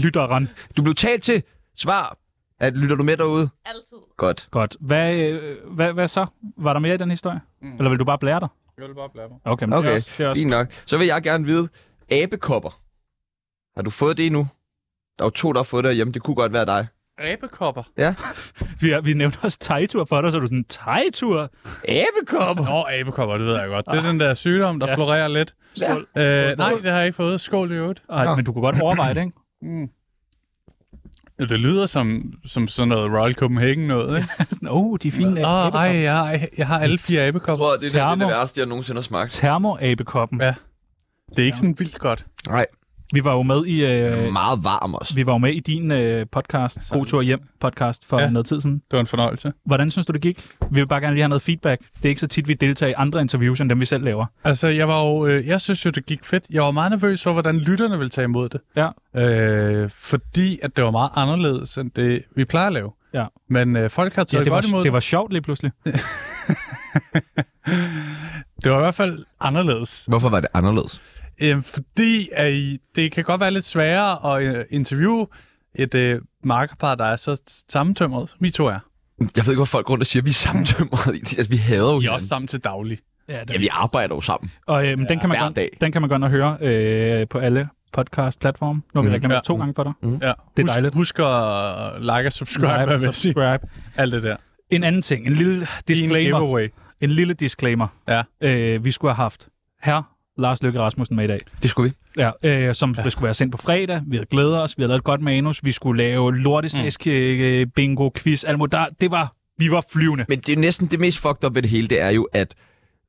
[SPEAKER 5] Lytteren.
[SPEAKER 1] Du blev talt til. Svar. At, lytter du med derude?
[SPEAKER 7] Altid.
[SPEAKER 1] Godt.
[SPEAKER 5] Godt. Hvad, øh, hvad, hvad så? Var der mere i den historie? Mm. Eller vil du bare blære dig?
[SPEAKER 3] Jeg vil bare blære mig.
[SPEAKER 5] Okay, men det er
[SPEAKER 1] Okay,
[SPEAKER 5] også, det er også
[SPEAKER 1] fint nok. Så vil jeg gerne vide, abekopper. Har du fået det endnu? Der er jo to, der har fået det hjemme. Det kunne godt være dig.
[SPEAKER 3] Ræbekopper.
[SPEAKER 5] Vi, er, vi nævnte også tegtur for dig, så er du sådan, tegtur?
[SPEAKER 1] Abekopper?
[SPEAKER 3] Nå, abekopper, det ved jeg godt. Det er den der sygdom, der
[SPEAKER 5] Ja.
[SPEAKER 3] ja. florerer lidt.
[SPEAKER 1] Ja.
[SPEAKER 3] Øh, nej, det har jeg ikke fået. Skål i øvrigt.
[SPEAKER 5] Ej, men du kunne godt overveje det, ikke?
[SPEAKER 3] Det lyder som, som sådan noget Royal Copenhagen noget, ikke?
[SPEAKER 5] Sådan, oh, de er fine.
[SPEAKER 3] Åh,
[SPEAKER 5] Oh,
[SPEAKER 3] oh, ej, jeg har, jeg har alle fire
[SPEAKER 1] Jeg
[SPEAKER 3] abekopper.
[SPEAKER 1] tror, det er det, det, er
[SPEAKER 5] Termo.
[SPEAKER 1] det værste, jeg nogensinde har smagt.
[SPEAKER 5] Termoabekoppen.
[SPEAKER 3] Ja. Det er ikke sådan vildt godt.
[SPEAKER 1] Nej,
[SPEAKER 5] Vi var jo med i,
[SPEAKER 1] øh.
[SPEAKER 5] øh,
[SPEAKER 1] meget varm også.
[SPEAKER 5] vi var jo med i din øh, podcast, God Tur Hjem podcast, for ja.
[SPEAKER 3] Ja.
[SPEAKER 5] noget tid siden.
[SPEAKER 3] Det var en fornøjelse.
[SPEAKER 5] Hvordan synes du, det gik? Vi vil bare gerne lige have noget feedback. Det er ikke så tit, vi deltager i andre interviews, end dem vi selv laver.
[SPEAKER 3] Altså, jeg var jo, øh, jeg synes jo, det gik fedt. Jeg var meget nervøs for, hvordan lytterne ville tage imod det.
[SPEAKER 5] Ja.
[SPEAKER 3] Øh, fordi at det var meget anderledes, end det, vi plejer at lave.
[SPEAKER 5] Ja.
[SPEAKER 3] Men øh, folk har
[SPEAKER 5] Ja,
[SPEAKER 3] taget
[SPEAKER 5] det,
[SPEAKER 3] godt
[SPEAKER 5] var,
[SPEAKER 3] imod
[SPEAKER 5] det
[SPEAKER 3] det.
[SPEAKER 5] var sjovt lige pludselig.
[SPEAKER 3] Det var i hvert fald anderledes.
[SPEAKER 1] Hvorfor var det anderledes?
[SPEAKER 3] Øh, fordi at I, det kan godt være lidt sværere at øh, interviewe et øh, markerpar, der er så sammentømret, som I to er.
[SPEAKER 1] Jeg ved ikke, hvor folk rundt og siger, at vi er sammentømrede. altså, vi hader jo
[SPEAKER 3] I er også
[SPEAKER 1] hinanden.
[SPEAKER 3] sammen til daglig.
[SPEAKER 5] Ja, det
[SPEAKER 1] Ja, vi arbejder jo sammen.
[SPEAKER 5] Og øh, men den, kan man
[SPEAKER 1] hver
[SPEAKER 5] godt,
[SPEAKER 1] dag.
[SPEAKER 5] den kan man godt at høre øh, på alle podcast-platforme. Nu har vi
[SPEAKER 1] Mhm.
[SPEAKER 5] reklameret
[SPEAKER 3] Ja.
[SPEAKER 5] to gange for dig.
[SPEAKER 3] Ja.
[SPEAKER 5] Mm. Det er dejligt.
[SPEAKER 3] Husk, husk at like og subscribe, like, hvad jeg vil sige.
[SPEAKER 5] subscribe.
[SPEAKER 3] Alt det der.
[SPEAKER 5] En anden ting, en lille
[SPEAKER 3] En
[SPEAKER 5] disclaimer.
[SPEAKER 3] giveaway.
[SPEAKER 5] En lille disclaimer.
[SPEAKER 3] Ja.
[SPEAKER 5] Øh, vi skulle have haft her Lars Løkke Rasmussen med i dag.
[SPEAKER 1] Det skulle vi.
[SPEAKER 5] Ja, øh, som ja. skulle være sendt på fredag. Vi havde glædet os. Vi havde lavet et godt manus. Vi skulle lave lortesæsk, mm. øh, bingo, quiz, almodar. Det var, vi var flyvende.
[SPEAKER 1] Men det er næsten det mest fucked up ved det hele, det er jo, at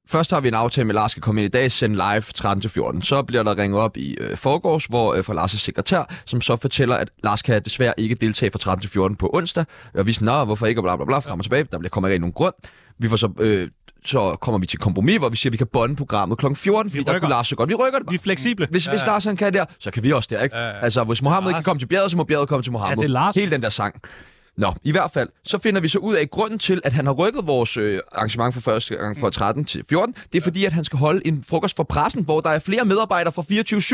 [SPEAKER 1] først har vi en aftale med, at Lars skal komme ind i dag, sende live 13-14. Så bliver der ringet op i øh, forgårs, hvor øh, fra Lars' sekretær, som så fortæller, at Lars kan desværre ikke deltage fra 13-14 på onsdag. Og vi siger, "Nå, hvorfor ikke, og bla bla bla, frem og tilbage. Der bliver kommer ikke rigtig nogen grund. Vi får så... Øh, så kommer vi til kompromis, hvor vi siger, at vi kan bonde programmet kl. 14, fordi der
[SPEAKER 5] rykker.
[SPEAKER 1] kunne Lars så godt. Vi rykker det
[SPEAKER 5] Vi
[SPEAKER 1] bare.
[SPEAKER 5] er fleksible.
[SPEAKER 1] Hvis, hvis Lars han kan der, så kan vi også der, ikke?
[SPEAKER 3] Ja, ja.
[SPEAKER 1] Altså, hvis Mohammed ikke kan komme til bjerget, så må bjerget komme til Mohammed.
[SPEAKER 5] Ja, det er Lars.
[SPEAKER 1] Hele den der sang. Nå, i hvert fald, så finder vi så ud af, at grunden til, at han har rykket vores øh, arrangement fra første gang fra 13 til 14, det er fordi, at han skal holde en frokost for pressen, hvor der er flere medarbejdere fra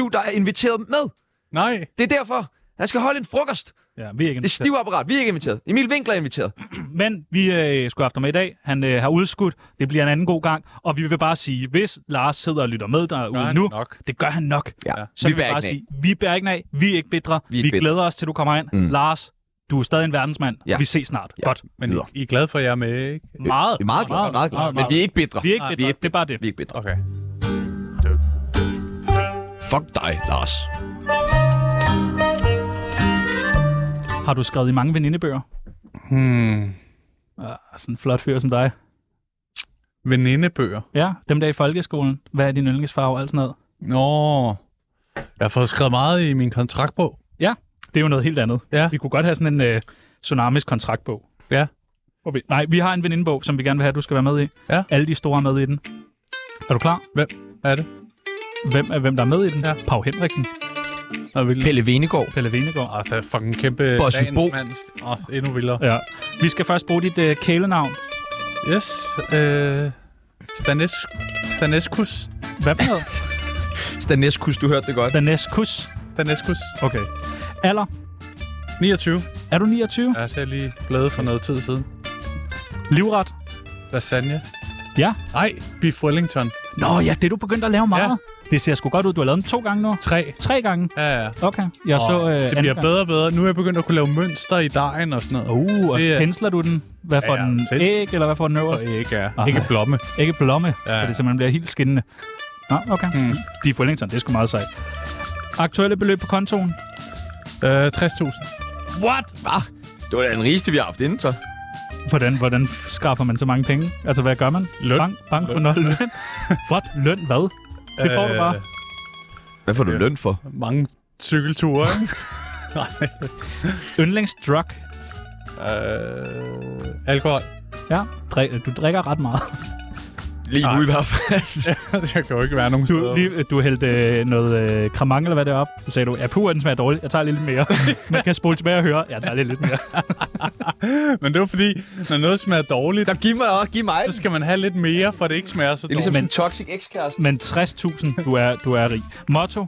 [SPEAKER 1] 24-7, der er inviteret med.
[SPEAKER 3] Nej.
[SPEAKER 1] Det er derfor. Han skal holde en frokost.
[SPEAKER 5] Ja, vi er ikke
[SPEAKER 1] Det er stivapparat. Vi er ikke inviteret. Emil Winkler er inviteret.
[SPEAKER 5] Men vi øh, skulle have haft ham med i dag. Han øh, har udskudt. Det bliver en anden god gang. Og vi vil bare sige, hvis Lars sidder og lytter med derude
[SPEAKER 3] han
[SPEAKER 5] nu,
[SPEAKER 3] nok.
[SPEAKER 5] det gør han nok.
[SPEAKER 1] Ja.
[SPEAKER 5] Så
[SPEAKER 1] Vi
[SPEAKER 5] vi vil
[SPEAKER 1] bærer
[SPEAKER 5] bare
[SPEAKER 1] ikke den
[SPEAKER 5] sige, vi bærer ikke af. Vi er ikke bedre.
[SPEAKER 1] Vi er
[SPEAKER 5] Vi,
[SPEAKER 1] ikke
[SPEAKER 5] vi
[SPEAKER 1] bitre.
[SPEAKER 5] glæder os til, du kommer ind. Mm. Lars, du er stadig en verdensmand.
[SPEAKER 1] Ja.
[SPEAKER 5] Vi ses snart.
[SPEAKER 1] Ja.
[SPEAKER 5] Godt.
[SPEAKER 3] Men
[SPEAKER 1] Videre.
[SPEAKER 3] I, I er glade for, at jeg er med, ikke?
[SPEAKER 5] Meget.
[SPEAKER 1] Vi er meget glade, meget glade. Men vi er ikke bedre.
[SPEAKER 5] Vi er ikke
[SPEAKER 1] Nej,
[SPEAKER 5] bedre. Det er bare det.
[SPEAKER 1] Vi er ikke bedre.
[SPEAKER 3] Okay.
[SPEAKER 1] Fuck dig, Lars.
[SPEAKER 5] Har du skrevet i mange venindebøger?
[SPEAKER 3] Hmm.
[SPEAKER 5] Ah, sådan en flot fyr som dig.
[SPEAKER 3] Venindebøger.
[SPEAKER 5] Ja, dem der i folkeskolen. Hvad er din yndlingsfarve og alt sådan noget?
[SPEAKER 3] Nå. Jeg har fået skrevet meget i min kontraktbog.
[SPEAKER 5] Det er jo noget helt andet.
[SPEAKER 3] Ja.
[SPEAKER 5] Vi kunne godt have sådan en øh, tsunamis kontraktbog.
[SPEAKER 3] Ja.
[SPEAKER 5] Hvor vi, nej, vi har en venindebog, som vi gerne vil have, at du skal være med i.
[SPEAKER 3] Ja.
[SPEAKER 5] Alle de store er med i den. Er du klar?
[SPEAKER 3] Hvem er det?
[SPEAKER 5] Hvem er hvem, der er med i den?
[SPEAKER 3] Ja.
[SPEAKER 5] Pau Henriksen,
[SPEAKER 3] Nå, hvilken?
[SPEAKER 1] Pelle Venegård.
[SPEAKER 5] Pelle Venegård.
[SPEAKER 3] Altså, fucking kæmpe
[SPEAKER 1] Bossy Bo.
[SPEAKER 3] dagens mand. Åh, endnu vildere.
[SPEAKER 5] Ja. Vi skal først bruge dit øh, kælenavn.
[SPEAKER 3] Yes. Øh, Stanes- Staneskus.
[SPEAKER 5] Hvad for noget?
[SPEAKER 1] Staneskus, du hørte det godt.
[SPEAKER 5] Daneskus.
[SPEAKER 3] Staneskus.
[SPEAKER 5] Okay. Alder?
[SPEAKER 3] 29.
[SPEAKER 5] Er du 29?
[SPEAKER 3] Ja, det er lige blevet for noget tid siden.
[SPEAKER 5] Livret?
[SPEAKER 3] Lasagne.
[SPEAKER 5] Ja.
[SPEAKER 3] Nej, Beef Wellington.
[SPEAKER 5] Nå ja, det er du begyndt at lave meget. Ja. Det ser sgu godt ud. Du har lavet den to gange nu.
[SPEAKER 3] 3.
[SPEAKER 5] Tre gange.
[SPEAKER 3] Ja, ja.
[SPEAKER 5] Okay. Jeg
[SPEAKER 3] Og
[SPEAKER 5] så øh,
[SPEAKER 3] det
[SPEAKER 5] anden
[SPEAKER 3] bliver
[SPEAKER 5] gang.
[SPEAKER 3] bedre og bedre. Nu er jeg begyndt at kunne lave mønster i dejen og sådan noget.
[SPEAKER 5] Uh, og
[SPEAKER 3] Det er-
[SPEAKER 5] pensler du den? Hvad for
[SPEAKER 3] Ja, ja,
[SPEAKER 5] den
[SPEAKER 3] selv.
[SPEAKER 5] æg, eller hvad for den øverst?
[SPEAKER 3] Og ikke, er.
[SPEAKER 5] Ah.
[SPEAKER 3] ikke blomme.
[SPEAKER 5] Ikke blomme, ja.
[SPEAKER 3] ja.
[SPEAKER 5] så det simpelthen bliver helt skinnende. Nå, okay. Mm. Beef Wellington, det er sgu meget sejt. Aktuelle beløb på kontoen?
[SPEAKER 3] Øh, 60.000.
[SPEAKER 5] What?
[SPEAKER 1] Ah, det var da den rigeste, vi har haft inden, så.
[SPEAKER 5] Hvordan, hvordan skaffer man så mange penge? Altså, hvad gør man?
[SPEAKER 3] Løn.
[SPEAKER 5] Bank, bank løn. Løn. What? Løn hvad? Det får du
[SPEAKER 3] Øh,
[SPEAKER 5] bare.
[SPEAKER 1] Hvad får du løn for?
[SPEAKER 3] Mange cykelture, ikke?
[SPEAKER 5] Yndlingsdrug.
[SPEAKER 3] øh, alkohol.
[SPEAKER 5] Ja, drik, du drikker ret meget.
[SPEAKER 1] Lige nu i hvert fald.
[SPEAKER 3] jeg kan jo ikke være nogen
[SPEAKER 5] Du, lige, du hældte øh, noget øh, kramang eller hvad det er op. Så sagde du, ja, puh, den smager dårligt. Jeg tager lige lidt mere. man kan spole tilbage og høre, jeg tager lige lidt mere.
[SPEAKER 3] Men det var fordi, når noget smager dårligt,
[SPEAKER 1] Der, giv mig, også, giv mig.
[SPEAKER 3] så skal man have lidt mere, for det ikke smager så
[SPEAKER 1] Det er ligesom
[SPEAKER 3] dårligt.
[SPEAKER 1] en toxic ekskæreste.
[SPEAKER 5] Men 60.000, du er, du er rig. Motto?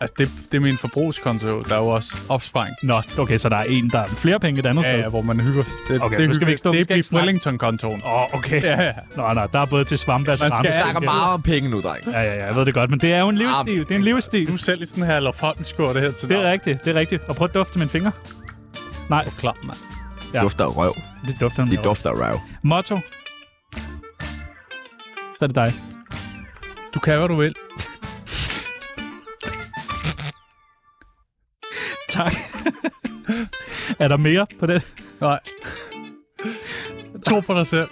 [SPEAKER 3] Altså, det, det er min forbrugskonto, der er jo også opsparing.
[SPEAKER 5] Nå, okay, så der er en, der er flere penge et andet
[SPEAKER 3] Ja,
[SPEAKER 5] sted.
[SPEAKER 3] ja, hvor man hygger sig. Det,
[SPEAKER 5] Okay,
[SPEAKER 3] det,
[SPEAKER 5] nu skal vi ikke stå- vi
[SPEAKER 3] Det
[SPEAKER 5] skal ikke
[SPEAKER 3] er
[SPEAKER 5] snakke.
[SPEAKER 3] Wellington-kontoen.
[SPEAKER 5] Åh, oh, okay.
[SPEAKER 3] Ja, ja.
[SPEAKER 5] Nå, nej, der er både til svampe og
[SPEAKER 3] Man skal
[SPEAKER 5] svampe.
[SPEAKER 3] alt.
[SPEAKER 1] snakker meget om penge nu, dreng.
[SPEAKER 5] Ja, ja, ja, jeg ved det godt, men det er jo en livsstil. Det er en livsstil.
[SPEAKER 3] Ah, Du er selv i sådan her lofottenskjorte her til
[SPEAKER 5] Det er rigtigt, det er rigtigt. Og prøv at dufte mine fingre. Nej,
[SPEAKER 3] Klar, mand.
[SPEAKER 5] Ja.
[SPEAKER 1] Dufter af røv.
[SPEAKER 5] det dufter
[SPEAKER 1] Det
[SPEAKER 5] den
[SPEAKER 1] dufter af røv.
[SPEAKER 5] Motto. Så er det dig.
[SPEAKER 3] Du kan, hvad du vil.
[SPEAKER 5] Tak. er der mere på det?
[SPEAKER 3] Nej. Tro på dig selv.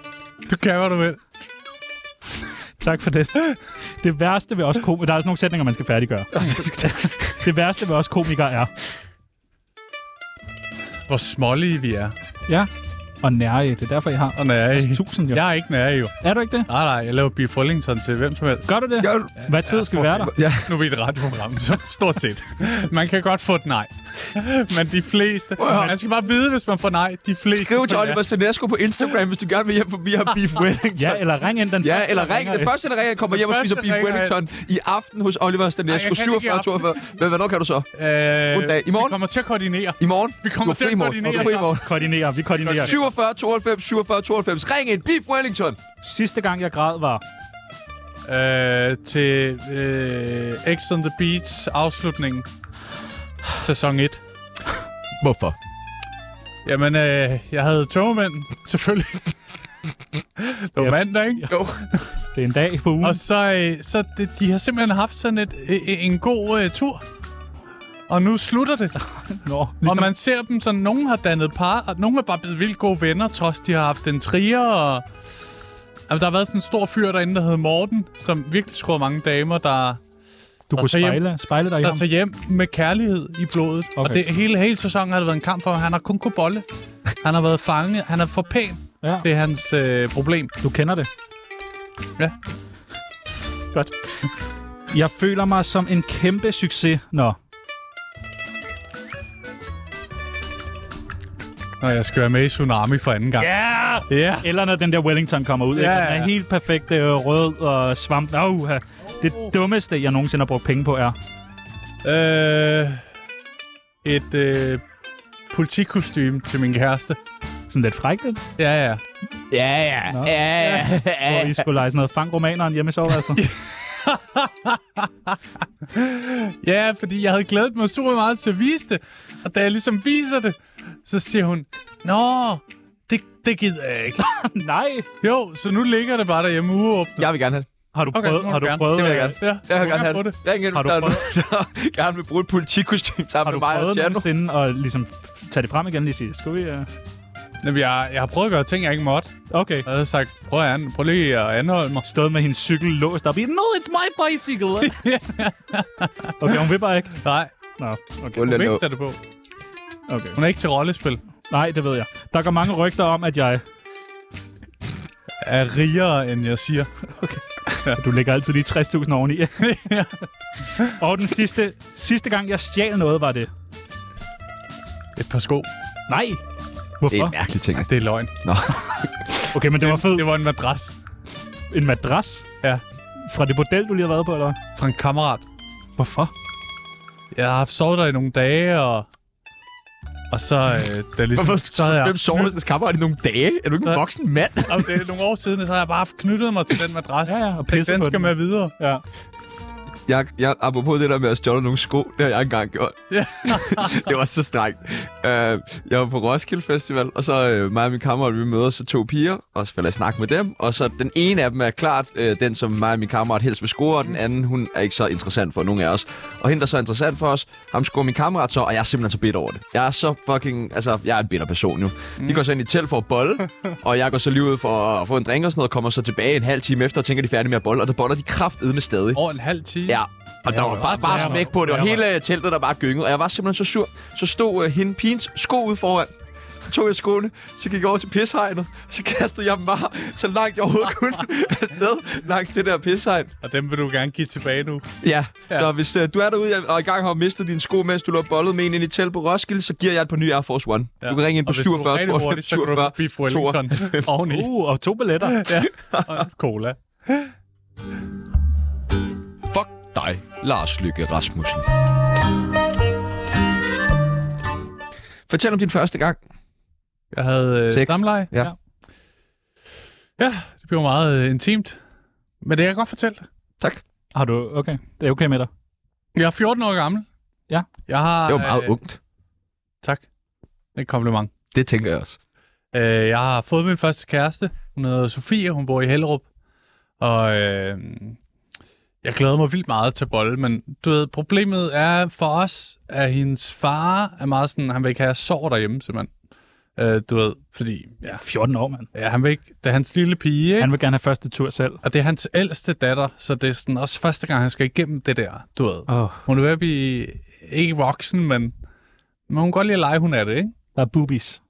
[SPEAKER 3] Du kan, hvad du vil.
[SPEAKER 5] Tak for det. Det værste ved os komikere... Der er sådan nogle sætninger, man skal færdiggøre. det værste ved os komikere er...
[SPEAKER 3] Hvor smålige vi er.
[SPEAKER 5] Ja. Og nære, det er derfor, jeg har
[SPEAKER 3] Og nære.
[SPEAKER 5] Altså, tusind, jo.
[SPEAKER 3] Jeg er ikke nære, jo.
[SPEAKER 5] Er du ikke det?
[SPEAKER 3] Nej, nej, jeg laver Beef Wellington til hvem som helst.
[SPEAKER 5] Gør du det?
[SPEAKER 1] Gør du?
[SPEAKER 5] Hvad tid skal vi være der?
[SPEAKER 1] Ja.
[SPEAKER 3] Nu er vi et radioprogram, så stort set. Man kan godt få et nej. Men de fleste... Man skal bare vide, hvis man får nej. De fleste...
[SPEAKER 1] Skriv til
[SPEAKER 3] får
[SPEAKER 1] Oliver Stanesco på Instagram, hvis du gerne vil hjem forbi og beef Wellington.
[SPEAKER 5] Ja, eller ring ind den
[SPEAKER 1] Ja,
[SPEAKER 5] første,
[SPEAKER 1] eller
[SPEAKER 5] der
[SPEAKER 1] ring.
[SPEAKER 5] ringer
[SPEAKER 1] Det
[SPEAKER 5] ind.
[SPEAKER 1] første, der ringer, kommer hjem og
[SPEAKER 3] Den
[SPEAKER 1] spiser
[SPEAKER 3] første
[SPEAKER 1] Beef
[SPEAKER 3] ringer
[SPEAKER 1] Wellington i aften hos Oliver Stanesco.
[SPEAKER 3] Ej, jeg kan ikke i
[SPEAKER 1] 47,
[SPEAKER 3] aften.
[SPEAKER 1] 42. Hvad, hvornår kan du så?
[SPEAKER 3] Øh,
[SPEAKER 1] Goddag. I morgen?
[SPEAKER 3] Vi kommer til at koordinere.
[SPEAKER 1] I morgen?
[SPEAKER 3] Vi kommer
[SPEAKER 1] Du har
[SPEAKER 3] til
[SPEAKER 1] fri
[SPEAKER 3] at
[SPEAKER 1] i morgen.
[SPEAKER 3] koordinere
[SPEAKER 1] Du har fri i morgen.
[SPEAKER 5] Koordinerer, vi koordinerer.
[SPEAKER 1] 47 92 47 92. Ring ind. Beef Wellington.
[SPEAKER 5] Sidste gang, jeg græd, var...
[SPEAKER 3] Øh, til øh, X on the Beach afslutningen. Sæson 1.
[SPEAKER 1] Hvorfor?
[SPEAKER 3] Jamen, øh, jeg havde togmænd, selvfølgelig. det var
[SPEAKER 5] Ja.
[SPEAKER 3] mandag, ikke?
[SPEAKER 1] Jo.
[SPEAKER 5] Det er en dag på ugen.
[SPEAKER 3] Og så, øh, så de, de har simpelthen haft sådan et, øh, en god øh, tur. Og nu slutter det.
[SPEAKER 5] Nå,
[SPEAKER 3] Ligesom... Og man ser dem sådan, nogen har dannet par, og nogen er bare blevet vildt gode venner, trods de har haft en trier, og... Jamen, der har været sådan en stor fyr derinde, der hed Morten, som virkelig skruede mange damer, der,
[SPEAKER 5] du kunne
[SPEAKER 3] så hjem-
[SPEAKER 5] spejle, spejle dig i
[SPEAKER 3] der
[SPEAKER 5] ham.
[SPEAKER 3] tager hjem med kærlighed i blodet. Okay.
[SPEAKER 5] Okay.
[SPEAKER 3] Og det, hele, hele sæsonen har det været en kamp for, at han har kun kunne bolle. Han har været fange. Han er for pæn.
[SPEAKER 5] Ja,
[SPEAKER 3] Det er hans øh, problem.
[SPEAKER 5] du kender det.
[SPEAKER 3] Ja.
[SPEAKER 5] Godt. Jeg føler mig som en kæmpe succes, når...
[SPEAKER 3] Når jeg skal være med i Tsunami for anden gang.
[SPEAKER 5] Ja!
[SPEAKER 3] Ja. Yeah.
[SPEAKER 5] Eller når den der Wellington kommer ud. Ja, ikke?
[SPEAKER 3] Ja,
[SPEAKER 5] Og Den
[SPEAKER 3] ja.
[SPEAKER 5] er helt perfekt øh, rød og svamp. Oh, det dummeste, jeg nogensinde har brugt penge på, er...
[SPEAKER 3] Øh, et øh, politikostyme til min kæreste.
[SPEAKER 5] Sådan lidt frækt, ikke?
[SPEAKER 3] Ja, ja.
[SPEAKER 1] Ja, ja. Ja, ja.
[SPEAKER 5] Hvor I skulle lege sådan noget fangromaneren hjemme i altså. soveværelset.
[SPEAKER 3] Ja, fordi jeg havde glædet mig super meget til at vise det. Og da jeg ligesom viser det, så siger hun, Nå, det, det gider jeg ikke.
[SPEAKER 5] Nej!
[SPEAKER 3] jo, så nu ligger det bare derhjemme uåbnet.
[SPEAKER 1] Jeg vil gerne have det.
[SPEAKER 5] Har du
[SPEAKER 3] Okay,
[SPEAKER 5] prøvet,
[SPEAKER 3] det må
[SPEAKER 5] har
[SPEAKER 3] du
[SPEAKER 5] du
[SPEAKER 3] gerne.
[SPEAKER 5] prøvet, øh,
[SPEAKER 1] Det vil jeg gerne.
[SPEAKER 3] Ja,
[SPEAKER 1] Jeg vil
[SPEAKER 3] du
[SPEAKER 1] gerne
[SPEAKER 3] må
[SPEAKER 1] have
[SPEAKER 3] få
[SPEAKER 1] det. Jeg vil gerne,
[SPEAKER 5] Har
[SPEAKER 1] hvis
[SPEAKER 5] du
[SPEAKER 1] der er nogen, der gerne vil bruge et politikostyme
[SPEAKER 5] har
[SPEAKER 1] sammen
[SPEAKER 5] du
[SPEAKER 1] med mig og
[SPEAKER 5] prøvet
[SPEAKER 1] Tjerno.
[SPEAKER 5] nogensinde at ligesom tage det frem igen og lige sige, skal vi... Uh...
[SPEAKER 3] Jamen, jeg, jeg har prøvet at gøre ting, jeg ikke måtte.
[SPEAKER 5] Okay.
[SPEAKER 3] Jeg havde sagt, prøv, at an, prøv lige at anholde mig.
[SPEAKER 5] Stået med hendes cykel låst op i, no, it's my bicycle. okay, hun vil bare ikke.
[SPEAKER 3] Nej,
[SPEAKER 5] Nå, okay.
[SPEAKER 3] hun
[SPEAKER 1] Hold da
[SPEAKER 3] vil
[SPEAKER 1] nu.
[SPEAKER 3] ikke tage det på.
[SPEAKER 5] okay.
[SPEAKER 3] Hun er ikke til rollespil.
[SPEAKER 5] Nej, det ved jeg. Der går mange rygter om, at jeg...
[SPEAKER 3] Er rigere, end jeg siger.
[SPEAKER 5] Du lægger altid lige 60.000 oveni. Og den sidste, sidste gang, jeg stjal noget, var det...
[SPEAKER 3] Et par sko.
[SPEAKER 5] Nej!
[SPEAKER 1] Det er
[SPEAKER 5] Hvorfor?
[SPEAKER 1] en mærkelig ting.
[SPEAKER 3] Altså, Det er løgn.
[SPEAKER 5] Okay, men det var fedt.
[SPEAKER 3] Det var en madras
[SPEAKER 5] En madras?
[SPEAKER 3] Ja.
[SPEAKER 5] Fra det bordel, du lige har været på, eller hvad?
[SPEAKER 3] fra en kammerat.
[SPEAKER 5] Hvorfor?
[SPEAKER 3] Jeg har haft sovet der i nogle dage, og... Og så, øh, da ligesom,
[SPEAKER 1] Hvorfor
[SPEAKER 3] så havde jeg...
[SPEAKER 1] hvem sover hos kammerat i nogle dage? Er du ikke en
[SPEAKER 3] Så-
[SPEAKER 1] voksen mand?
[SPEAKER 3] Jamen, det er nogle år siden, så har jeg bare haft knyttet mig til den madras.
[SPEAKER 5] Ja, ja, og
[SPEAKER 3] Tænkte,
[SPEAKER 5] pisset
[SPEAKER 3] den
[SPEAKER 5] på
[SPEAKER 3] skal
[SPEAKER 5] den.
[SPEAKER 3] med videre.
[SPEAKER 5] Ja.
[SPEAKER 1] Jeg, jeg, apropos det der med at stjåle nogle sko, det har jeg engang gjort.
[SPEAKER 3] Ja.
[SPEAKER 1] det var så strengt. Uh, jeg var på Roskilde Festival, og så uh, mig og min kammerat, vi møder så to piger, og så falder jeg i snak med dem. Og så den ene af dem er klart uh, den, som mig og min kammerat helst vil score, og den anden, hun er ikke så interessant for nogen af os. Og hende, der så er interessant for os, ham scorer min kammerat så, og jeg er simpelthen så bitter over det. Jeg er så fucking, altså, jeg er en bitter person jo. De går så ind i et telt for at bolle, og jeg går så lige ud for at få en drink og sådan noget, og kommer så tilbage en halv time efter, og tænker, de er færdige med at bolle, og der boller de kraftedme stadig.
[SPEAKER 3] Over en halv time.
[SPEAKER 1] Ja, og der var bare,
[SPEAKER 3] så
[SPEAKER 1] bare
[SPEAKER 3] jeg var-
[SPEAKER 1] smæk på. Det var
[SPEAKER 3] jeg
[SPEAKER 1] hele øh, teltet, der bare gyngede, og jeg var simpelthen så sur. Så stod øh, hende pigens sko ude foran. Så tog jeg skoene, så gik jeg over til pishegnet, så kastede jeg dem bare så langt jeg overhovedet kunne afsted langs det der pishegn.
[SPEAKER 3] Og dem vil du gerne give tilbage nu.
[SPEAKER 1] Ja,
[SPEAKER 3] Ja.
[SPEAKER 1] ja. så hvis øh, du er derude og i gang har mistet dine sko, mens du lå bollet med en ind i telt på Roskilde, så giver jeg et par nye Air Force One. Ja. Du kan ringe ind på
[SPEAKER 3] Og hvis du er
[SPEAKER 1] 47
[SPEAKER 3] rigtig hurtig,
[SPEAKER 1] 92
[SPEAKER 3] så kan
[SPEAKER 1] 47
[SPEAKER 3] du forbi Wellington oveni.
[SPEAKER 5] Uh, og to billetter.
[SPEAKER 3] Ja, og en cola.
[SPEAKER 1] Fuck dig, Lars Lykke Rasmussen. Fortæl om din første gang.
[SPEAKER 3] Jeg havde øh,
[SPEAKER 1] Sex.
[SPEAKER 3] samleje.
[SPEAKER 1] Ja.
[SPEAKER 3] ja, det blev meget øh, intimt. Men det kan jeg godt fortælle dig.
[SPEAKER 5] Har du... Okay, det er okay med dig.
[SPEAKER 3] Jeg er 14 år gammel.
[SPEAKER 5] Ja.
[SPEAKER 3] Jeg har,
[SPEAKER 1] Det var meget
[SPEAKER 3] øh,
[SPEAKER 1] ungt.
[SPEAKER 3] Tak. En kompliment.
[SPEAKER 1] Det tænker jeg også.
[SPEAKER 3] Øh, jeg har fået min første kæreste. Hun hedder Sofie, hun bor i Hellerup. Og øh, jeg glæder mig vildt meget til bolle, men du ved, problemet er for os, at hendes far er meget sådan, han vil ikke have, at jeg sover derhjemme, simpelthen. Øh, du ved, fordi ja,
[SPEAKER 5] 14 år, mand.
[SPEAKER 3] ja, han vil ikke, det er hans lille pige, ikke?
[SPEAKER 5] Han vil gerne have første tur selv.
[SPEAKER 3] og det er hans ældste datter, så det er sådan også første gang, han skal igennem det der, du ved.
[SPEAKER 5] Åh, oh,
[SPEAKER 3] Hun er ved at blive, ikke voksen, men, men hun kan godt lide at lege, hun er det, ikke?
[SPEAKER 5] der er boobies.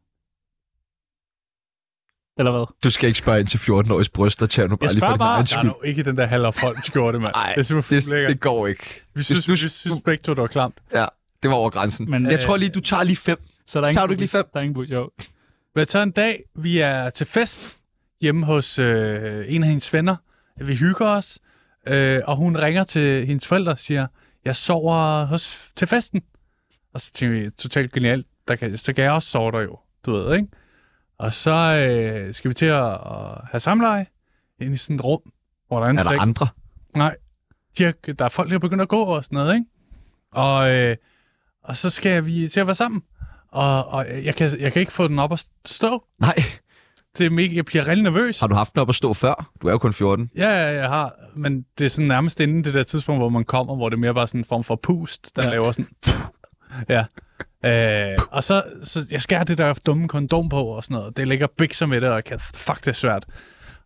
[SPEAKER 5] Eller hvad?
[SPEAKER 1] Du skal ikke spørge ind til 14-åriges bryster, Tjerno, nu bare lige for
[SPEAKER 5] spørger
[SPEAKER 1] din
[SPEAKER 5] bare.
[SPEAKER 1] egen
[SPEAKER 3] Der er
[SPEAKER 1] skyld.
[SPEAKER 3] nu ikke den der Hallof Holm skjorte, mand.
[SPEAKER 1] Ej,
[SPEAKER 3] det er simpelthen
[SPEAKER 1] Det,
[SPEAKER 3] det,
[SPEAKER 1] det går ikke.
[SPEAKER 3] Vi synes, vi synes begge to, det var klamt.
[SPEAKER 1] Ja, det var over grænsen.
[SPEAKER 5] Men,
[SPEAKER 1] Men, jeg
[SPEAKER 5] øh,
[SPEAKER 1] tror lige, du tager lige fem.
[SPEAKER 5] Så er der er ingen
[SPEAKER 1] Tager du ikke
[SPEAKER 5] boobies.
[SPEAKER 1] lige fem?
[SPEAKER 5] Der er ingen boobies, jo.
[SPEAKER 3] Men så en dag, vi er til fest hjemme hos øh, en af hendes venner. Vi hygger os, øh, og hun ringer til hendes forældre og siger, jeg sover hos, til festen. Og så tænker vi, totalt genialt, der kan, så kan jeg også sove der jo, du ved, ikke? Og så øh, skal vi til at, at have samleje ind i sådan et rum, hvor der er en
[SPEAKER 1] Er der
[SPEAKER 3] seng.
[SPEAKER 1] andre?
[SPEAKER 3] Nej. De har, der er folk, der er begyndt at gå og sådan noget, ikke? Og, øh, og så skal vi til at være sammen. Og, og jeg, kan, jeg kan ikke få den op at stå.
[SPEAKER 1] Nej.
[SPEAKER 3] Det er mega, jeg bliver rigtig nervøs.
[SPEAKER 1] Har du haft den op at stå før? Du er jo kun 14.
[SPEAKER 3] Ja, ja, jeg har. Men det er sådan nærmest inden det der tidspunkt, hvor man kommer, hvor det er mere bare sådan en form for pust, der ja. laver sådan... Ja. Øh, og så, så jeg skærer det der dumme kondom på og sådan noget. Det ligger bikser med det, og jeg kan, fuck, det er svært.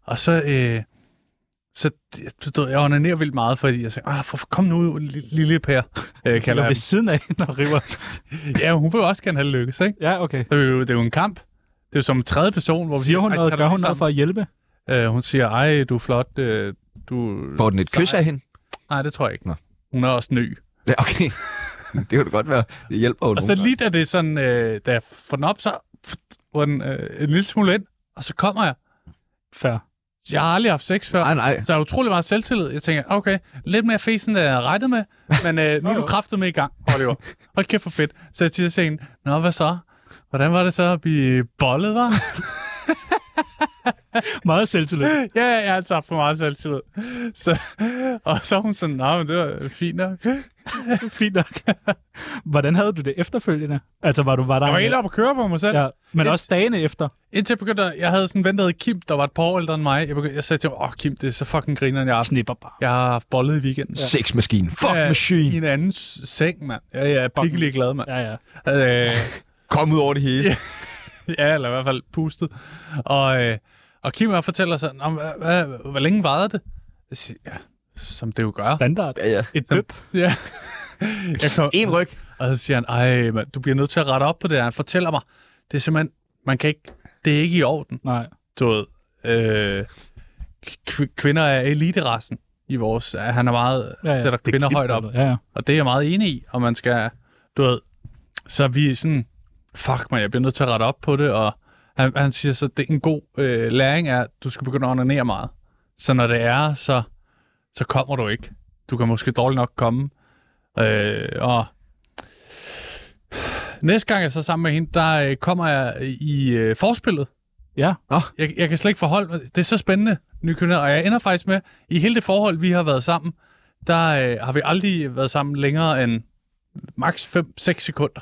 [SPEAKER 3] Og så, øh, så du ved, jeg onanerer vildt meget, fordi jeg siger, ah, for, kom nu, li- lille Per, øh, kalder
[SPEAKER 5] Eller
[SPEAKER 3] jeg
[SPEAKER 5] ved siden af hende og river.
[SPEAKER 3] ham. Ja, hun vil jo også gerne have det lykkes, ikke?
[SPEAKER 5] ja, okay.
[SPEAKER 3] Det er jo, det er jo en kamp. Det er jo som en tredje person, hvor vi
[SPEAKER 5] Siger hun
[SPEAKER 3] "Ej,
[SPEAKER 5] noget?
[SPEAKER 3] tag dig
[SPEAKER 5] Gør
[SPEAKER 3] lige
[SPEAKER 5] hun noget
[SPEAKER 3] sammen."
[SPEAKER 5] for at hjælpe?
[SPEAKER 3] Øh, hun siger, ej, du er flot. Øh, du...
[SPEAKER 1] Får den et kys
[SPEAKER 3] Sej.
[SPEAKER 1] af hende?
[SPEAKER 3] Nej, det tror jeg ikke.
[SPEAKER 1] Nå.
[SPEAKER 3] Hun er også ny.
[SPEAKER 1] Ja, okay. det kunne det godt være. Det hjælper jo
[SPEAKER 3] Og
[SPEAKER 1] nogen
[SPEAKER 3] så
[SPEAKER 1] gange.
[SPEAKER 3] lige da det er sådan, øh, da jeg får den op, så pft, var den øh, en lille smule ind, og så kommer jeg.
[SPEAKER 5] Før.
[SPEAKER 3] Jeg har aldrig haft sex før.
[SPEAKER 1] Nej, nej.
[SPEAKER 3] Så jeg har utrolig meget selvtillid. Jeg tænker, okay, lidt mere fesen, end jeg havde regnet med, men øh, nu er du kraftet med i gang, Oliver. Hold kæft for fedt. Så jeg siger til hende, nå, hvad så? Hvordan var det så at blive bollet, var?
[SPEAKER 5] Meget selvtillid.
[SPEAKER 3] ja, ja, jeg har altid haft for meget selvtillid. Så, og så er hun sådan, nej, men det var fint nok.
[SPEAKER 5] Fint nok. Hvordan havde du det efterfølgende? Altså, var du var der?
[SPEAKER 3] Jeg var helt oppe at køre på mig selv.
[SPEAKER 5] Ja, men
[SPEAKER 3] Et-
[SPEAKER 5] også dagene efter.
[SPEAKER 3] Indtil jeg begyndte, at- jeg havde sådan en ven, der hed Kim, der var et par år ældre end mig. Jeg, begyndte, jeg sagde til ham, åh oh, Kim, det er så fucking grineren, jeg har haft,
[SPEAKER 5] Snipper bare.
[SPEAKER 3] jeg har haft bollet i weekenden. Ja.
[SPEAKER 1] Sexmaskinen. Fuck
[SPEAKER 3] I
[SPEAKER 1] machine.
[SPEAKER 3] en anden s- seng, mand. Ja, jeg er pikkelig glad, mand.
[SPEAKER 5] Ja, ja.
[SPEAKER 3] Ja. Øh,
[SPEAKER 1] Kom ud over det hele.
[SPEAKER 3] ja, eller i hvert fald pustet. Og, øh, og Kim og jeg fortæller sådan, om, hvad, hvad, hvor længe varede det? Jeg siger, ja, som det jo gør.
[SPEAKER 5] Standard.
[SPEAKER 1] Ja, ja.
[SPEAKER 5] Et døb.
[SPEAKER 3] Ja. Jeg kom,
[SPEAKER 1] En ryg.
[SPEAKER 3] og så siger han, ej, mand, du bliver nødt til at rette op på det. her." Han fortæller mig, det er simpelthen, man kan ikke, det er ikke i orden.
[SPEAKER 5] Nej.
[SPEAKER 3] du ved, øh, kv- kvinder er eliterassen i vores... at Han er meget, ja, ja, sætter
[SPEAKER 5] det er
[SPEAKER 3] kvinder
[SPEAKER 5] klip-
[SPEAKER 3] højt op,
[SPEAKER 5] Ja, ja.
[SPEAKER 3] og det er jeg meget enig i, og man skal, du ved, så vi er sådan, fuck mig, jeg bliver nødt til at rette op på det, og han, han siger så, at det er en god øh, læring er, at du skal begynde at onanere meget. Så når det er, så, så kommer du ikke. Du kan måske dårligt nok komme. Øh, og næste gang jeg så er sammen med hende, der øh, kommer jeg i øh, forspillet.
[SPEAKER 5] Ja.
[SPEAKER 3] Nå. Jeg, jeg kan slet ikke forholde mig. Det er så spændende, Nykønner. Og jeg ender faktisk med, i hele det forhold, vi har været sammen, der øh, har vi aldrig været sammen længere end maks 5-6 sekunder.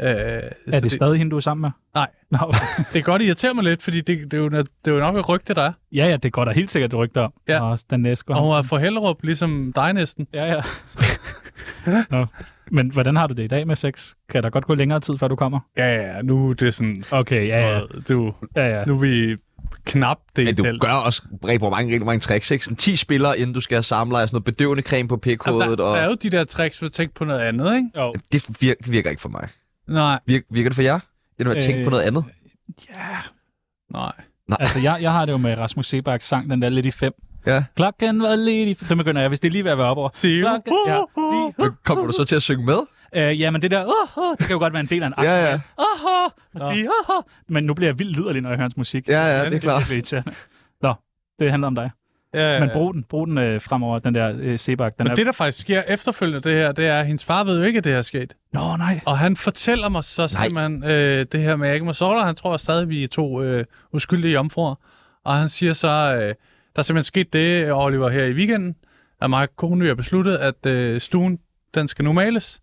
[SPEAKER 3] Øh, er
[SPEAKER 5] Er det stadig hende, du er sammen med?
[SPEAKER 3] Nej.
[SPEAKER 5] Nå, okay.
[SPEAKER 3] det kan godt irritere mig lidt, fordi det, det, er, jo, det er jo nok et rygte, der er.
[SPEAKER 5] ja, ja, det går der helt sikkert rygter om.
[SPEAKER 3] Ja.
[SPEAKER 5] Og Stanesco.
[SPEAKER 3] Og hun er fra Hellerup, ligesom dig næsten.
[SPEAKER 5] Ja, ja. Nå. Men hvordan har du det i dag med sex? Kan der godt gå længere tid, før du kommer?
[SPEAKER 3] Ja, ja, nu er det sådan...
[SPEAKER 5] Okay, ja, ja.
[SPEAKER 3] Du,
[SPEAKER 5] ja, ja.
[SPEAKER 3] nu er vi knap det
[SPEAKER 1] Men du gør også rigtig mange, rigtig mange tricks, ikke? Sådan 10 spillere, inden du skal have samler, sådan noget bedøvende creme på pikhovedet,
[SPEAKER 3] der,
[SPEAKER 1] og
[SPEAKER 3] der er jo de der tricks, med at tænke på noget andet, ikke?
[SPEAKER 5] Jo.
[SPEAKER 1] det, virker, det virker ikke for mig.
[SPEAKER 3] Nej,
[SPEAKER 1] Virker, virker det for jer? Det er, når jeg tænker
[SPEAKER 5] Øh,
[SPEAKER 1] på noget andet.
[SPEAKER 5] Ja.
[SPEAKER 3] nej.
[SPEAKER 5] Altså, jeg, jeg har det jo med Rasmus Sebaks sang, den der lidt i fem.
[SPEAKER 1] Ja.
[SPEAKER 5] Klokken var lidt i fem. Den begynder jeg, hvis det lige er ved at være op over.
[SPEAKER 3] Sige,
[SPEAKER 5] Klokken, ja.
[SPEAKER 1] Men Kommer du så til at synge med?
[SPEAKER 5] Øh, ja, men det der, oh, oh, det kan jo godt være en del af
[SPEAKER 3] Ah,
[SPEAKER 5] en akt.
[SPEAKER 1] Ja, ja.
[SPEAKER 5] Oh, oh, sige, oh, oh. Men nu bliver jeg vildt liderlig, når jeg hører hans musik.
[SPEAKER 1] Ja, ja, det er klart.
[SPEAKER 5] Det er irriterende. Nå, det handler om dig.
[SPEAKER 3] ja,
[SPEAKER 5] Men brug den, brug den øh, fremover, den der øh, Sebak. Den
[SPEAKER 3] Men
[SPEAKER 5] er...
[SPEAKER 3] det, der faktisk sker efterfølgende det her, det er, at hendes far ved jo ikke, at det her er sket.
[SPEAKER 5] Nå, nej.
[SPEAKER 3] Og han fortæller mig så simpelthen øh, det her med, at jeg ikke må sove der. Han tror stadig, vi er to øh, uskyldige jomfruer. Og han siger så, øh, der er simpelthen sket det, øh, Oliver, her i weekenden, at mig og kone har besluttet, at øh, stuen, den skal nu males.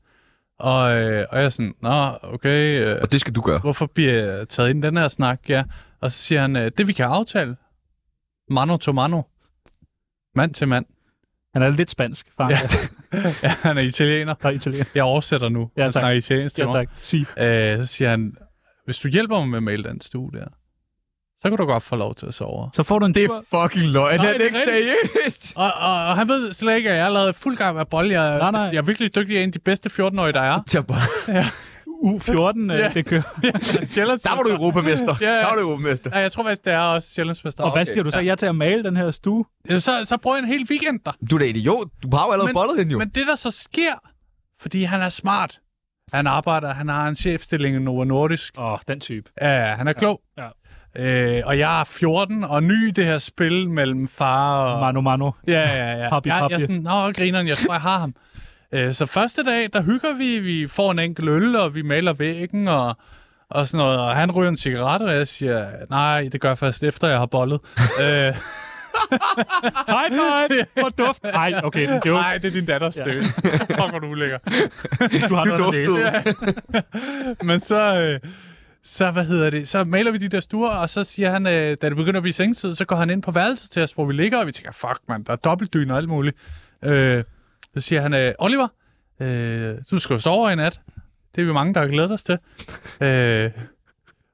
[SPEAKER 3] Og, øh, og jeg er sådan, nå, okay, øh,
[SPEAKER 1] Og det skal du gøre.
[SPEAKER 3] hvorfor bliver jeg taget ind i den her snak? Ja. Og så siger han, øh, det vi kan aftale, mano to mano, mand til mand.
[SPEAKER 5] Han er lidt spansk, far. Ja,
[SPEAKER 3] Ja, han er italiener.
[SPEAKER 5] der er italiener.
[SPEAKER 3] Jeg oversætter nu.
[SPEAKER 5] Ja,
[SPEAKER 3] han
[SPEAKER 5] tak.
[SPEAKER 3] snakker italiensk til
[SPEAKER 5] Ja,
[SPEAKER 3] mig.
[SPEAKER 5] tak. Sig.
[SPEAKER 3] Øh, så siger han, hvis du hjælper mig med at male den stue der, så kan du godt få lov til at sove.
[SPEAKER 5] Så får du en
[SPEAKER 1] Det
[SPEAKER 5] tur.
[SPEAKER 1] er fucking løgn.
[SPEAKER 3] Nej,
[SPEAKER 1] Nej, det
[SPEAKER 3] det
[SPEAKER 1] er
[SPEAKER 3] er
[SPEAKER 1] ikke
[SPEAKER 3] rigtigt.
[SPEAKER 1] seriøst.
[SPEAKER 3] Og, og, og han ved slet ikke, at jeg er lavet fuld gang med bolle. Jeg,
[SPEAKER 5] Nej, nej.
[SPEAKER 3] jeg er virkelig dygtig jeg er en af de bedste 14-årige, der er.
[SPEAKER 1] Jeg bare-
[SPEAKER 5] U14, øh,
[SPEAKER 3] Ja.
[SPEAKER 5] det kører.
[SPEAKER 3] Sjællands-
[SPEAKER 1] Der var du europamester.
[SPEAKER 3] Ja, ja.
[SPEAKER 1] Der var du europamester.
[SPEAKER 3] Ja, jeg tror faktisk, det er også Sjællandsmester.
[SPEAKER 5] Og hvad siger du så? Jeg er til at male den her stue.
[SPEAKER 3] Ja, Så, så bruger jeg en hel weekend der.
[SPEAKER 1] Du er da idiot. Du har jo allerede bollet hende jo.
[SPEAKER 3] men det, der så sker, fordi han er smart, han arbejder, han har en chefstilling i Novo Nordisk,
[SPEAKER 5] Åh, oh, den type.
[SPEAKER 3] Ja, han er klog.
[SPEAKER 5] Ja.
[SPEAKER 3] Øh, og jeg er 14 og ny i det her spil mellem far og...
[SPEAKER 5] Mano, mano.
[SPEAKER 3] Ja, ja, ja.
[SPEAKER 5] Papi,
[SPEAKER 3] jeg,
[SPEAKER 5] papi.
[SPEAKER 3] jeg er sådan, nå, grineren, jeg tror, jeg har ham. Øh, så første dag, der hygger vi, vi får en enkelt øl, og vi maler væggen, og, og sådan noget. Og han ryger en cigaret, og jeg siger, nej, det gør jeg først efter, jeg har bollet. øh,
[SPEAKER 5] High five! Hvor duft! Nej, okay, den joke.
[SPEAKER 3] nej, det er din datters ja. det. Fuck, hvor du ulækker.
[SPEAKER 5] Du har
[SPEAKER 1] Du
[SPEAKER 5] noget at læse.
[SPEAKER 1] duftede.
[SPEAKER 3] Men så, øh, så, hvad hedder det, så maler vi de der stuer, og så siger han, øh, da det begynder at blive sengetid, så går han ind på værelset til os, hvor vi ligger, og vi tænker, fuck mand, der er dobbeltdyne og alt muligt. Øh, så siger han, øh, Oliver, øh, du skal jo sove i nat. Det er vi mange, der har glædet os til. Øh,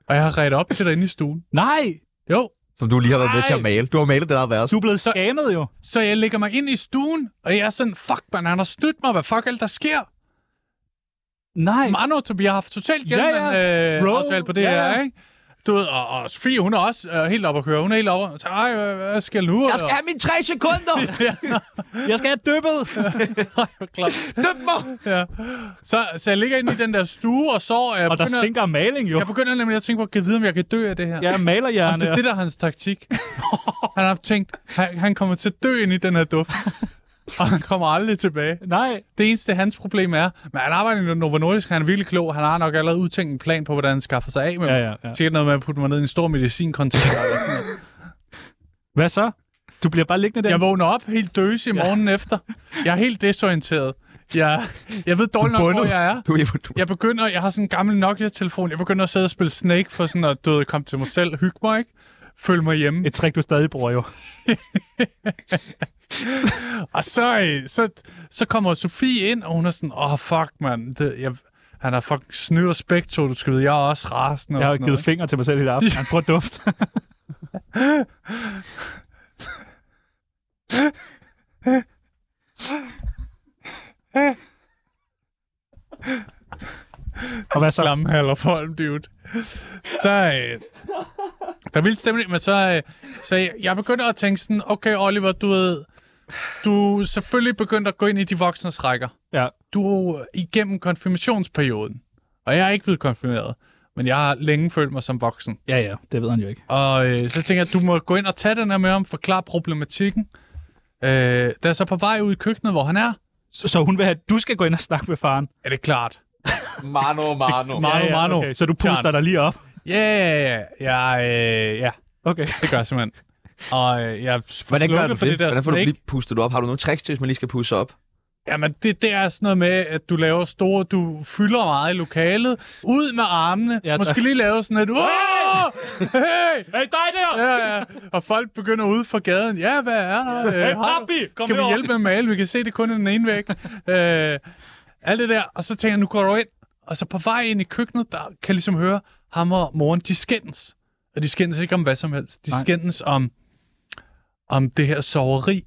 [SPEAKER 3] og jeg har ret op til dig inde i stuen.
[SPEAKER 5] Nej,
[SPEAKER 3] Jo,
[SPEAKER 1] Som du lige har været med til at male. Du har malet det der værelse.
[SPEAKER 5] du er blevet skammet jo.
[SPEAKER 3] så jeg lægger mig ind i stuen, og jeg er sådan, fuck man, han har snydt mig, hvad fuck alt der sker?
[SPEAKER 5] Nej.
[SPEAKER 3] Mano, to- vi har haft totalt
[SPEAKER 5] Ja,
[SPEAKER 3] gældende ja,
[SPEAKER 5] ja.
[SPEAKER 3] ja. øh,
[SPEAKER 5] Bro,
[SPEAKER 3] aftale på det ja,
[SPEAKER 5] ja,
[SPEAKER 3] ja.
[SPEAKER 5] ja.
[SPEAKER 3] her, ikke? Du ved, og, og Sofie, hun er også øh, helt oppe at køre. Hun er helt oppe og tænker, ej, hvad, hvad skal jeg nu?
[SPEAKER 1] Jeg skal have mine tre sekunder.
[SPEAKER 5] Jeg skal have dyppet.
[SPEAKER 1] Døm mig.
[SPEAKER 3] ja. så, så jeg ligger inde i den der stue og sover, og jeg,
[SPEAKER 5] Og der
[SPEAKER 3] begynder,
[SPEAKER 5] stinker af maling jo.
[SPEAKER 3] jeg begynder nemlig at tænke på, at jeg vide, om jeg kan dø af det her.
[SPEAKER 5] Jeg er
[SPEAKER 3] Om
[SPEAKER 5] malerhjerne.
[SPEAKER 3] det er det, der er hans taktik. han har tænkt, han, han kommer til at dø ind i den her duft. og han kommer aldrig tilbage.
[SPEAKER 5] Nej.
[SPEAKER 3] Det eneste hans problem er, men han arbejder i Novo Nordisk, han er virkelig klog, han har nok allerede udtænkt en plan på, hvordan han skaffer sig af med
[SPEAKER 5] Ja,
[SPEAKER 3] dem.
[SPEAKER 5] ja, ja.
[SPEAKER 3] Sikkert noget med at putte mig ned i en stor medicinkontainer eller sådan noget.
[SPEAKER 5] Hvad så? Du bliver bare liggende der.
[SPEAKER 3] Jeg vågner op helt døs i morgenen efter. Jeg er helt desorienteret. Jeg, jeg ved dårligt nok, hvor
[SPEAKER 1] bundet.
[SPEAKER 3] jeg er.
[SPEAKER 1] Du er du.
[SPEAKER 3] Jeg begynder, jeg har sådan en gammel Nokia-telefon, jeg begynder at sidde og spille Snake for sådan at døde, komme til mig selv, hygge mig, ikke? Føl mig hjemme.
[SPEAKER 5] Et trick, du stadig bruger jo.
[SPEAKER 3] Og så, øh, så, så kommer Sofie ind, og hun er sådan, åh, oh, fuck, mand. Det, jeg, han har fucking snydt og spektro, du skal vide, jeg er også rasende. og
[SPEAKER 5] Jeg har
[SPEAKER 3] sådan noget,
[SPEAKER 5] givet fingre til mig selv hele aften. Han prøver duft. Og hvad så?
[SPEAKER 3] klamme Hallerfolm, dude. Så øh, der er vild stemning, men så, øh, så jeg, jeg begynder at tænke sådan, okay Oliver, du ved, du er selvfølgelig begyndt at gå ind i de voksnes rækker.
[SPEAKER 5] Ja.
[SPEAKER 3] Du er jo igennem konfirmationsperioden, Og jeg er ikke blevet konfirmeret, men jeg har længe følt mig som voksen.
[SPEAKER 5] Ja, ja, det ved han jo ikke.
[SPEAKER 3] Og øh, så tænker jeg, du må gå ind og tage den her med om, forklare problematikken. Øh, da jeg så er på vej ud i køkkenet, hvor han er,
[SPEAKER 5] Så, så hun vil have, at du skal gå ind og snakke med faren.
[SPEAKER 3] er det klart.
[SPEAKER 1] Mano, mano.
[SPEAKER 3] Mano, mano.
[SPEAKER 5] Okay, så du puster dig lige op.
[SPEAKER 3] Ja, ja, ja. Jeg, øh, ja,
[SPEAKER 5] Okay.
[SPEAKER 3] det gør jeg simpelthen. Og øh, jeg er
[SPEAKER 1] Hvordan gør
[SPEAKER 3] slukket
[SPEAKER 1] du
[SPEAKER 3] for
[SPEAKER 1] det?
[SPEAKER 3] der
[SPEAKER 1] Hvordan får du
[SPEAKER 3] snake.
[SPEAKER 1] lige pustet op? Har du nogle tricks til, hvis man lige skal pusse op?
[SPEAKER 3] Jamen, det, det er sådan noget med, at du laver store, du fylder meget i lokalet. Ud med armene.
[SPEAKER 5] Ja,
[SPEAKER 3] Ja,
[SPEAKER 5] tak.
[SPEAKER 3] Måske lige lave sådan et... Åh! Hey!
[SPEAKER 5] Hey, dig der!
[SPEAKER 3] Ja, ja. Og folk begynder ude fra gaden. Ja, hvad er der? Øh,
[SPEAKER 5] Hey,
[SPEAKER 3] har du-
[SPEAKER 5] papi, kom
[SPEAKER 3] Skal vi
[SPEAKER 5] herover.
[SPEAKER 3] hjælpe med at male? Vi kan se det kun i den ene væg. øh, alt det der. Og så tænker jeg, nu går du ind. Og så på vej ind i køkkenet, der kan jeg ligesom høre ham og moren, de skændes. Og de skændes ikke om hvad som helst. De
[SPEAKER 5] Nej.
[SPEAKER 3] Nej. skændes om, om det her soveri,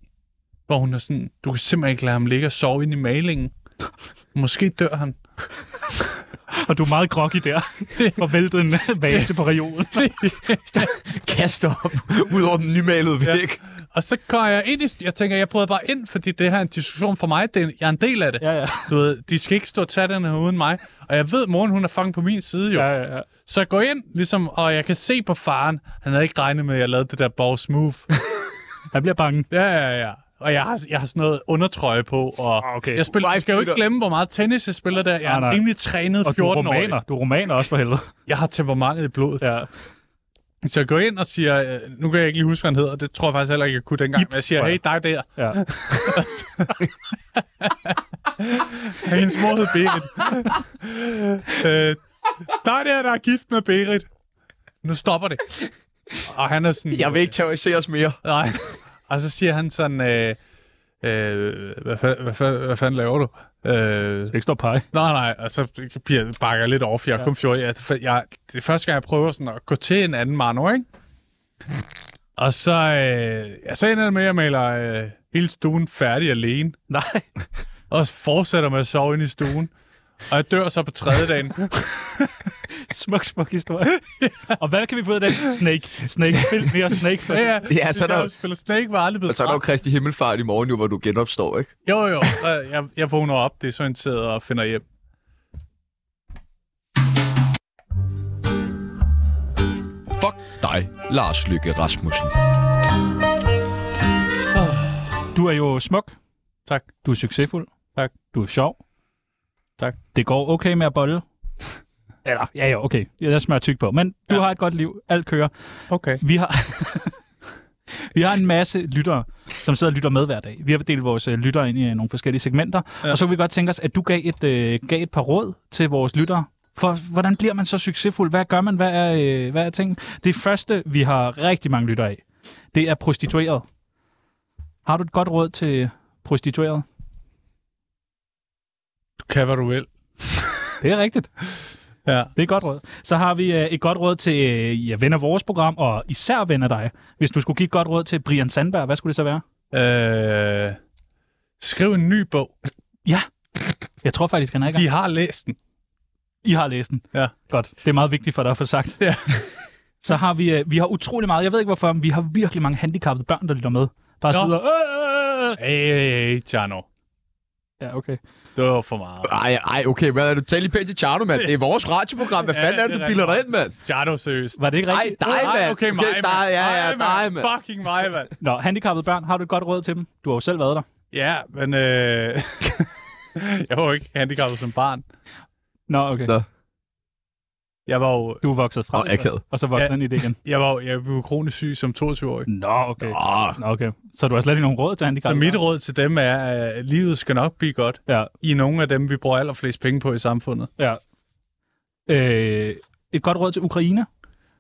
[SPEAKER 3] hvor hun er sådan, du kan simpelthen ikke lade ham ligge og sove inde i malingen. Måske dør han.
[SPEAKER 5] Og du er meget groggy der. Og væltet en øh, vase på reolen.
[SPEAKER 1] Kaster op ud over den nymalede væg.
[SPEAKER 3] Og så går jeg ind i... Jeg tænker, jeg bryder bare ind, fordi det her er en diskussion for mig. Det er en, jeg er en del af det.
[SPEAKER 5] ja, ja.
[SPEAKER 3] Du ved, de skal ikke stå og tage den her uden mig. Og jeg ved, at moren hun er fanget på min side jo.
[SPEAKER 5] ja,
[SPEAKER 3] Ja.
[SPEAKER 5] ja, ja.
[SPEAKER 3] Så jeg går ind, ligesom, og jeg kan se på faren. Han havde ikke regnet med, at jeg lavede det der boss move.
[SPEAKER 5] Han bliver bange.
[SPEAKER 3] ja, ja, ja. Og jeg har, jeg har sådan noget undertrøje på. Og
[SPEAKER 5] Ah, Okay.
[SPEAKER 3] jeg spiller, du skal jo ikke glemme, hvor meget tennis jeg spiller der. Jeg
[SPEAKER 5] Nej,
[SPEAKER 3] er
[SPEAKER 5] nej.
[SPEAKER 3] en rimelig trænet
[SPEAKER 5] Og du er
[SPEAKER 3] 14-årig.
[SPEAKER 5] romaner. Du er romaner også for helvede.
[SPEAKER 3] Jeg har temperamentet i blodet.
[SPEAKER 5] Ja.
[SPEAKER 3] Så jeg går ind og siger, øh, nu kan jeg ikke lige huske, hvad han hedder, det tror jeg faktisk heller ikke, jeg kunne dengang, men jeg siger,
[SPEAKER 5] tror
[SPEAKER 3] hey,
[SPEAKER 5] jeg.
[SPEAKER 3] dig der.
[SPEAKER 5] ja.
[SPEAKER 3] Hendes mor hed Berit. øh, dig der, der er gift med Berit. Nu stopper det. Og han er sådan...
[SPEAKER 1] Jeg vil ikke terrorisere os mere.
[SPEAKER 3] Nej. Og så siger han sådan, øh, øh, hvad, fa- hvad, fa- hvad fanden laver du? Øh,
[SPEAKER 5] Ikke stå og pege.
[SPEAKER 3] nej, nej, og så bliver, bakker jeg lidt over, for jeg er kun 14. Jeg, jeg, det er første gang, jeg prøver sådan at gå til en anden mand, ikke? Og så, øh, jeg sagde noget med, at jeg maler øh, hele stuen færdig alene
[SPEAKER 5] Nej.
[SPEAKER 3] og fortsætter med at sove inde i stuen. Og jeg dør så på tredje dagen.
[SPEAKER 5] Smuk, smuk historie. Og hvad kan vi få ud af den? Snake. Snake. Spil mere Snake.
[SPEAKER 3] ja, ja,
[SPEAKER 1] Ja, så er der-
[SPEAKER 3] jeg spiller Snake, var aldrig
[SPEAKER 1] Og
[SPEAKER 3] blevet
[SPEAKER 1] så er der jo Kristi Himmelfart i morgen, jo, hvor du genopstår, ikke?
[SPEAKER 3] Jo, jo, øh, jeg, jeg vågner op, det er orienteret og finder hjem.
[SPEAKER 1] Fuck dig, Lars Lykke Rasmussen.
[SPEAKER 5] Du er jo smuk.
[SPEAKER 3] Tak.
[SPEAKER 5] Du er succesfuld.
[SPEAKER 3] Tak.
[SPEAKER 5] Du er sjov.
[SPEAKER 3] Tak.
[SPEAKER 5] Det går okay med at bolle. Eller, ja, ja, okay. Ja, der smører tyk på. Men du
[SPEAKER 3] Ja.
[SPEAKER 5] har et godt liv. Alt kører.
[SPEAKER 3] Okay.
[SPEAKER 5] Vi har... Vi har en masse lyttere, som sidder og lytter med hver dag. Vi har delt vores øh, lyttere ind i øh, nogle forskellige segmenter. Ja.
[SPEAKER 3] Ja.
[SPEAKER 5] Og så kunne vi godt tænke os, at du gav et, øh, gav et par råd til vores lyttere. For hvordan bliver man så succesfuld? Hvad gør man? Hvad er, øh, hvad er tingen? Det første, vi har rigtig mange lyttere af, det er prostitueret. Har du et godt råd til prostitueret?
[SPEAKER 3] Du kan, hvad du vil.
[SPEAKER 5] Det er rigtigt.
[SPEAKER 3] Ja.
[SPEAKER 5] Det er et godt råd. Så har vi øh, et godt råd til øh, ja, venner vores program, og især venner dig. Hvis du skulle give et godt råd til Brian Sandberg, hvad skulle det så være?
[SPEAKER 3] Øh, skriv en ny bog.
[SPEAKER 5] Jeg tror faktisk, han er i gang.
[SPEAKER 3] Vi har læst den.
[SPEAKER 5] I har læst den.
[SPEAKER 3] Ja.
[SPEAKER 5] Godt. Det er meget vigtigt for dig at få sagt.
[SPEAKER 3] Ja.
[SPEAKER 5] Så har vi, øh, vi har utrolig meget, jeg ved ikke hvorfor, men vi har virkelig mange handicappede børn, der lytter med. Bare
[SPEAKER 3] Nå.
[SPEAKER 5] sidder, øh, øh, øh.
[SPEAKER 3] Hey, hey, hey, Tjerno.
[SPEAKER 5] Ja, okay.
[SPEAKER 3] Det var for meget.
[SPEAKER 1] Ej, ej, okay, hvad er det? Tag lige pænt til Tjerno, mand. Det er vores radioprogram. Hvad
[SPEAKER 3] Ja,
[SPEAKER 1] fanden er
[SPEAKER 3] det
[SPEAKER 1] det,
[SPEAKER 3] er
[SPEAKER 1] du bilder dig
[SPEAKER 3] rigtigt.
[SPEAKER 1] ind, mand?
[SPEAKER 3] Tjerno, seriøst.
[SPEAKER 5] Var det ikke
[SPEAKER 1] Ej,
[SPEAKER 5] rigtigt?
[SPEAKER 1] dig, mand.
[SPEAKER 3] okay, mig, mand.
[SPEAKER 1] dig, ja, ja,
[SPEAKER 3] Mig, mand.
[SPEAKER 1] dig, mand.
[SPEAKER 3] Fucking mig, mand.
[SPEAKER 5] Nå, handicappede børn, har du et godt råd til dem? Du har jo selv været der.
[SPEAKER 3] Ja, men øh... jeg var jo ikke handicappet som barn.
[SPEAKER 5] Nå, okay.
[SPEAKER 1] Nå.
[SPEAKER 3] Jeg var jo,
[SPEAKER 5] Du er vokset fra
[SPEAKER 1] Åh, akavet.
[SPEAKER 5] og så vokset
[SPEAKER 3] Ja.
[SPEAKER 5] ind i det igen.
[SPEAKER 3] jeg var jo, jeg blev kronisk syg som 22-årig.
[SPEAKER 5] Nå, okay.
[SPEAKER 1] Åh,
[SPEAKER 5] Nå, okay. Så du har slet ikke nogen råd til
[SPEAKER 3] Så
[SPEAKER 5] handicappede
[SPEAKER 3] mit
[SPEAKER 5] børn?
[SPEAKER 3] råd til dem er, at livet skal nok blive godt.
[SPEAKER 5] Ja,
[SPEAKER 3] I er nogle af dem, vi bruger allerflest penge på i samfundet.
[SPEAKER 5] ja. Øh, et godt råd til Ukraine.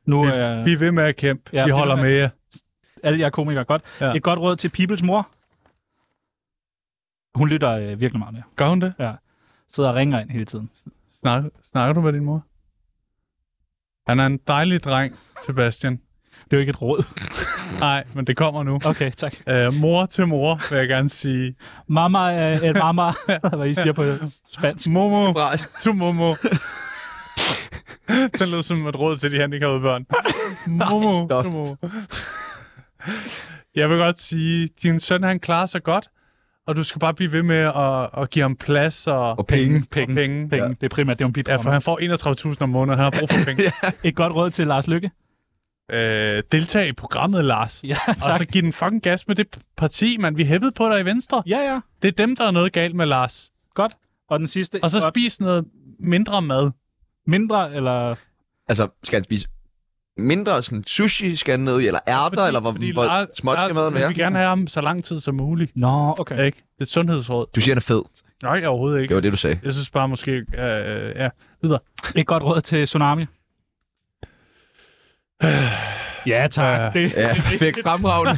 [SPEAKER 5] Nu er
[SPEAKER 3] Vi er ved med at kæmpe.
[SPEAKER 5] Ja,
[SPEAKER 3] Ja, vi holder
[SPEAKER 5] vi er
[SPEAKER 3] med jer.
[SPEAKER 5] alle jer komikere godt.
[SPEAKER 3] Ja.
[SPEAKER 5] Et godt råd til Peoples mor. Hun lytter øh, virkelig meget med.
[SPEAKER 3] Gør hun det?
[SPEAKER 5] sidder og ringer ind hele tiden.
[SPEAKER 3] Snak, snakker du med din mor? Han er en dejlig dreng, Sebastian.
[SPEAKER 5] Det er jo ikke et råd.
[SPEAKER 3] Nej, men det kommer nu.
[SPEAKER 5] Okay, tak.
[SPEAKER 3] Øh, mor til mor, vil jeg gerne sige.
[SPEAKER 5] Mama, øh, el mama, hvad I siger på spansk.
[SPEAKER 3] Momo
[SPEAKER 1] Brask.
[SPEAKER 3] to momo. Den lød som et råd til de handicappede børn. Momo
[SPEAKER 1] stop.
[SPEAKER 3] to momo. Jeg vil godt sige, din søn han klarer sig godt. og du skal bare blive ved med at, at give ham plads og,
[SPEAKER 1] Og penge.
[SPEAKER 3] penge. penge.
[SPEAKER 5] Penge, ja. det er primært det, hun
[SPEAKER 3] Ja, for
[SPEAKER 5] bidrager ja,
[SPEAKER 3] han får 31.000 om måneden, han har brug for penge.
[SPEAKER 5] Et godt råd til Lars Lykke.
[SPEAKER 3] øh, deltag i programmet, Lars.
[SPEAKER 5] Ja,
[SPEAKER 3] Og
[SPEAKER 5] tak.
[SPEAKER 3] så giv den fucking gas med det parti, mand. Vi hæppede på dig i Venstre.
[SPEAKER 5] Ja, ja.
[SPEAKER 3] Det er dem, der er noget galt med, Lars.
[SPEAKER 5] Godt. Og den sidste.
[SPEAKER 3] Og så
[SPEAKER 5] godt.
[SPEAKER 3] spis noget mindre mad.
[SPEAKER 5] mindre, eller...
[SPEAKER 1] Altså, skal han spise mindre sådan sushi, skal han ned i, eller ærter, fordi, eller hvor, hvor småt
[SPEAKER 3] Lars-
[SPEAKER 1] skal
[SPEAKER 3] Lars
[SPEAKER 1] maden
[SPEAKER 3] vil
[SPEAKER 1] være?
[SPEAKER 3] Vi gerne have ham så lang tid som muligt.
[SPEAKER 5] Nå, okay.
[SPEAKER 3] Ja. Ikke? Det er et sundhedsråd.
[SPEAKER 1] Du siger, han er fed.
[SPEAKER 3] Nej, overhovedet
[SPEAKER 1] Det
[SPEAKER 3] ikke.
[SPEAKER 1] var det, du sagde.
[SPEAKER 3] Jeg synes bare måske... Øh, ja, videre.
[SPEAKER 5] Et godt råd til Tsunami. Ja, tak.
[SPEAKER 3] Øh. Ja.
[SPEAKER 5] Det,
[SPEAKER 1] Ja, perfekt. Fremragende.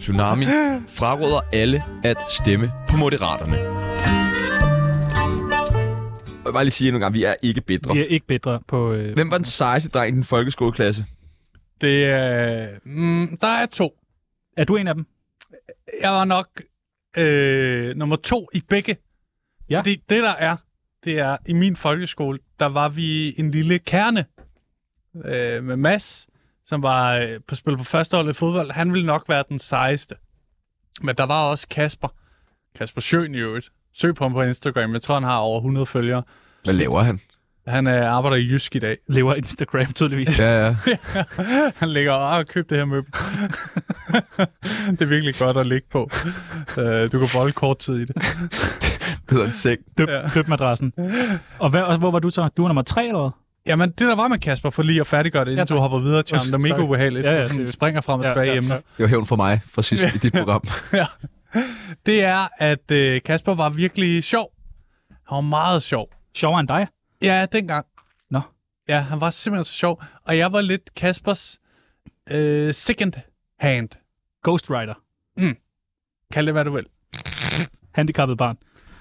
[SPEAKER 1] Tsunami fraråder alle at stemme på moderaterne. Jeg vil bare lige sige endnu en gang, vi er ikke bedre.
[SPEAKER 5] vi er ikke bedre på... Øh,
[SPEAKER 1] Hvem var den sejeste dreng i den folkeskoleklasse?
[SPEAKER 3] Det er... Mm, der er to.
[SPEAKER 5] er du en af dem?
[SPEAKER 3] Jeg var nok øh, nummer to i begge.
[SPEAKER 5] Ja.
[SPEAKER 3] Fordi det, der er, det er, i min folkeskole, der var vi en lille kerne øh, med Mads, som var øh, på spil på første hold i fodbold. Han ville nok være den sejeste. Men der var også Kasper. Kasper Sjøen i øvrigt. Søg på ham på Instagram. Jeg tror, han har over 100 følgere.
[SPEAKER 1] Hvad laver han?
[SPEAKER 3] Han øh, arbejder i Jysk i dag.
[SPEAKER 5] Lever Instagram tydeligvis.
[SPEAKER 1] Ja, ja.
[SPEAKER 3] Han ligger og køb det her møbel. det er virkelig godt at ligge på. Øh, du kan bolde kort tid i det.
[SPEAKER 1] Det hedder en seng.
[SPEAKER 5] Døb, ja. døb madrassen. Og, hvad, og hvor var du så? Du var nummer tre, eller hvad?
[SPEAKER 3] Jamen, det der var med Kasper, for lige at færdiggøre det, inden
[SPEAKER 5] Ja,
[SPEAKER 3] ja,
[SPEAKER 5] tak.
[SPEAKER 3] du hopper videre, Charm. Det er mega
[SPEAKER 5] Sorry.
[SPEAKER 3] ubehageligt.
[SPEAKER 5] Ja,
[SPEAKER 3] Ja,
[SPEAKER 5] ja,
[SPEAKER 3] ja, sådan,
[SPEAKER 5] det-
[SPEAKER 3] springer frem og tilbage ja, ja, hjemme.
[SPEAKER 1] Det var hævn for mig fra sidst i dit program.
[SPEAKER 3] Det er, at øh, Kasper var virkelig sjov. Han var meget sjov.
[SPEAKER 5] Sjovere end dig?
[SPEAKER 3] Ja, dengang.
[SPEAKER 5] Nå.
[SPEAKER 3] Ja, han var simpelthen så sjov. Og jeg var lidt Kaspers øh, second hand.
[SPEAKER 5] Ghost Rider.
[SPEAKER 3] Kald det, hvad du vil.
[SPEAKER 5] Handicappet barn.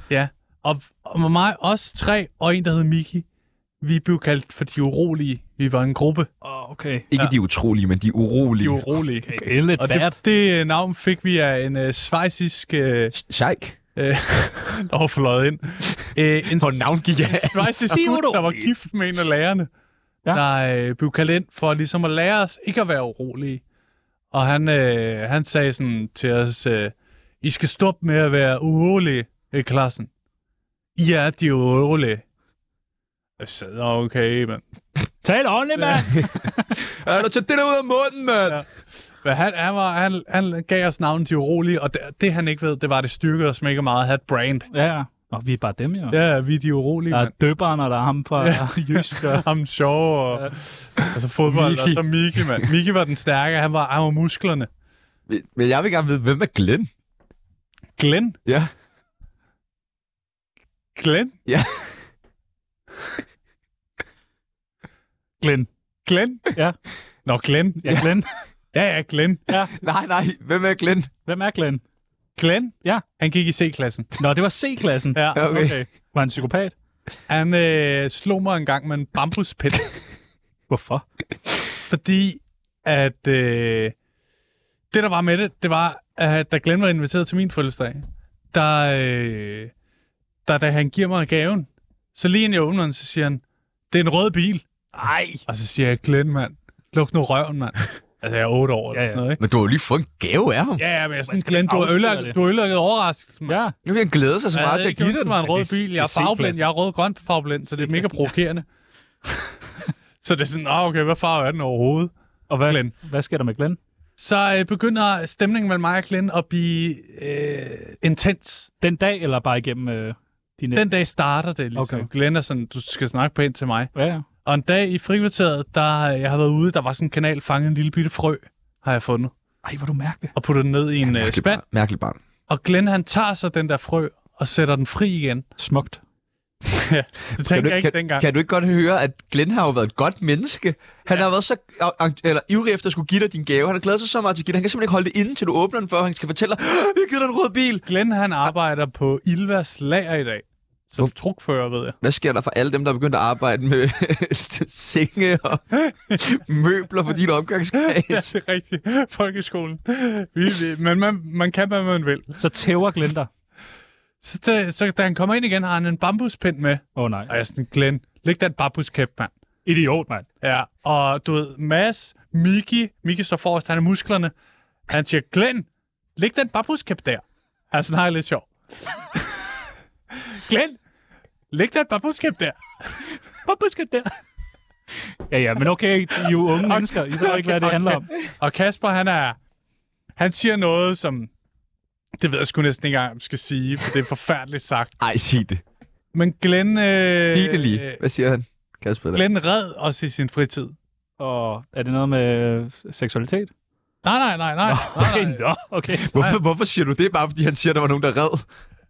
[SPEAKER 3] Ja. Og, og med mig, os tre, og en, der hed Miki, vi blev kaldt for de urolige. Vi var en gruppe.
[SPEAKER 5] Åh, oh, okay.
[SPEAKER 1] Ikke de utrolige, men de urolige.
[SPEAKER 3] De urolige.
[SPEAKER 5] Det er lidt
[SPEAKER 3] Og
[SPEAKER 5] bad.
[SPEAKER 3] det, det øh, navn fik vi af en øh, svejsisk... Øh,
[SPEAKER 1] Sheik.
[SPEAKER 3] Øh, der var fløjet ind. Øh, en, Hvor navn gik jeg? En svejsisk gut, der var gift med en af lærerne,
[SPEAKER 5] Ja.
[SPEAKER 3] ja. der øh, blev kaldt ind for ligesom at lære os ikke at være urolige. Og han, øh, han sagde sådan til os, øh, I skal stoppe med at være urolige i klassen. I er de urolige. Jeg sad, "Nå, okay, men...
[SPEAKER 5] Tal ordentligt, mand!
[SPEAKER 1] Er du til det der ud af munden, mand? Ja.
[SPEAKER 3] Men han, han, var, han, han gav os navnet de urolige, og det, det, han ikke ved, det var, at det styrkede os mega meget at have et brand.
[SPEAKER 5] Ja, ja. Og vi er bare dem, jo. Ja.
[SPEAKER 3] Ja, vi er de urolige,
[SPEAKER 5] Der
[SPEAKER 3] mand.
[SPEAKER 5] er døberen, og der er ham fra
[SPEAKER 3] Ja.
[SPEAKER 5] Jysk.
[SPEAKER 3] og ham sjov, og,
[SPEAKER 5] Ja.
[SPEAKER 3] ja. og så fodbold,
[SPEAKER 1] Miki.
[SPEAKER 3] og så Miki, mand. Miki var den stærke, han var, han var musklerne.
[SPEAKER 1] Men jeg vil gerne vide, hvem er Glenn?
[SPEAKER 3] Glenn,
[SPEAKER 1] Ja.
[SPEAKER 3] Glenn,
[SPEAKER 1] Ja.
[SPEAKER 5] Glenn.
[SPEAKER 3] Glenn.
[SPEAKER 5] Ja.
[SPEAKER 3] Nå, Glenn.
[SPEAKER 5] Ja, Glenn.
[SPEAKER 3] Ja, ja, Glenn.
[SPEAKER 1] Nej, nej. Hvem er Glenn?
[SPEAKER 5] Hvem er Glenn?
[SPEAKER 3] Glenn,
[SPEAKER 5] Ja.
[SPEAKER 3] han gik i C-klassen.
[SPEAKER 5] Nå, det var C-klassen.
[SPEAKER 3] Ja.
[SPEAKER 1] Okay.
[SPEAKER 5] Var han psykopat?
[SPEAKER 3] Han øh, slog mig en gang med en bambuspind,
[SPEAKER 5] Hvorfor?
[SPEAKER 3] fordi at øh, det, der var med det, det var, at da Glenn var inviteret til min fødselsdag, der, øh, der da han giver mig gaven, så lige inden jeg åbner den, så siger han, det er en rød bil.
[SPEAKER 5] Ej.
[SPEAKER 3] Og så siger jeg, Glenn, mand. Luk nu røven, mand. Altså, jeg er otte år
[SPEAKER 5] Ja,
[SPEAKER 3] eller
[SPEAKER 5] ja.
[SPEAKER 3] sådan noget, ikke?
[SPEAKER 1] Men du har jo lige fået en gave af ham.
[SPEAKER 3] Ja, ja, men jeg synes,
[SPEAKER 5] skal man
[SPEAKER 3] Glenn, du har
[SPEAKER 5] afsløre
[SPEAKER 3] ødelagt,
[SPEAKER 5] det?
[SPEAKER 3] du har ødelagt overraskelsen, mand.
[SPEAKER 5] Ja.
[SPEAKER 1] Nu vil han glæde sig så
[SPEAKER 3] Jeg
[SPEAKER 1] meget
[SPEAKER 3] havde
[SPEAKER 1] til at
[SPEAKER 3] ikke
[SPEAKER 1] give
[SPEAKER 3] gjort,
[SPEAKER 1] den.
[SPEAKER 3] det var en rød
[SPEAKER 5] det er-
[SPEAKER 3] bil. Jeg
[SPEAKER 5] det
[SPEAKER 3] er
[SPEAKER 5] er
[SPEAKER 3] farveblind.
[SPEAKER 5] C-klassen.
[SPEAKER 3] Jeg er rød-grøn farveblind, så det er mega provokerende. så det er sådan, ah, okay, hvad farve er den overhovedet?
[SPEAKER 5] Og hvad,
[SPEAKER 3] Glenn.
[SPEAKER 5] hvad sker der med Glenn?
[SPEAKER 3] Så øh, begynder stemningen mellem mig og Glenn at blive øh, intens.
[SPEAKER 5] Den dag, eller bare igennem øh, de næste?
[SPEAKER 3] Den dag starter det, ligesom.
[SPEAKER 5] Okay.
[SPEAKER 3] Okay. Glenn er sådan, du skal snakke pænt til mig.
[SPEAKER 5] Ja, ja.
[SPEAKER 3] Og en dag i frikvarteret, der øh, jeg har været ude, der var sådan en kanal, fanget en lille bitte frø, har jeg fundet.
[SPEAKER 5] Ej, hvor du mærkelig.
[SPEAKER 3] Og puttet den ned i en øh,
[SPEAKER 1] Mærkeligt
[SPEAKER 3] spand.
[SPEAKER 1] barn. Mærkeligt barn.
[SPEAKER 3] Og Glenn, han tager så den der frø og sætter den fri igen.
[SPEAKER 5] Smukt.
[SPEAKER 3] Det
[SPEAKER 1] Kan
[SPEAKER 3] tænkte
[SPEAKER 1] du,
[SPEAKER 3] jeg ikke
[SPEAKER 1] kan,
[SPEAKER 3] dengang.
[SPEAKER 1] kan du ikke godt høre, at Glenn har jo været et godt menneske? Han ja. har været så a- ang- eller, ivrig efter at skulle give dig din gave. Han har glædet sig så meget til at give dig. Han kan simpelthen ikke holde det inden, til du åbner den, før han skal fortælle dig, "Åh, jeg har givet dig en rød bil.
[SPEAKER 3] Glenn, han arbejder på Ilvas lager i dag. Som trukfører, ved jeg.
[SPEAKER 1] Hvad sker der for alle dem, der er begyndt at arbejde med senge og møbler for din
[SPEAKER 3] Ja,
[SPEAKER 1] omgangskreds?
[SPEAKER 3] det er rigtigt. Folkeskolen. Vi, vi, men man, man kan, hvad man vil.
[SPEAKER 5] Så tæver Glenn dig.
[SPEAKER 3] Så, da, så da han kommer ind igen, har han en bambuspind med.
[SPEAKER 5] Åh oh, nej.
[SPEAKER 3] Og jeg er sådan, Glenn, læg den bambuskæp, mand.
[SPEAKER 5] Idiot, mand.
[SPEAKER 3] Ja, og du ved, Mads, Miki, Miki står forrest, han er musklerne. Han siger, Glenn, læg den bambuskæp der. Han snakker lidt sjov. Glenn, læg dig et babuskab der.
[SPEAKER 5] Babuska der. Ja, ja, men okay, I er jo unge mennesker. I ved ikke, hvad det handler om.
[SPEAKER 3] Og Kasper, han er... Han siger noget, som... Det ved jeg sgu næsten ikke engang, om jeg skal sige, for det er forfærdeligt sagt.
[SPEAKER 1] Ej, sig det.
[SPEAKER 3] Men Glenn... Øh,
[SPEAKER 6] Sig det lige. Hvad siger han? Kasper. der?
[SPEAKER 3] Glenn red os i sin fritid.
[SPEAKER 5] Og er det noget med øh, seksualitet?
[SPEAKER 3] Nej, nej, nej, nej.
[SPEAKER 5] Okay,
[SPEAKER 3] nej, nej.
[SPEAKER 5] nå, okay.
[SPEAKER 1] Hvorfor, hvorfor siger du det? Bare fordi han siger, der var nogen, der red.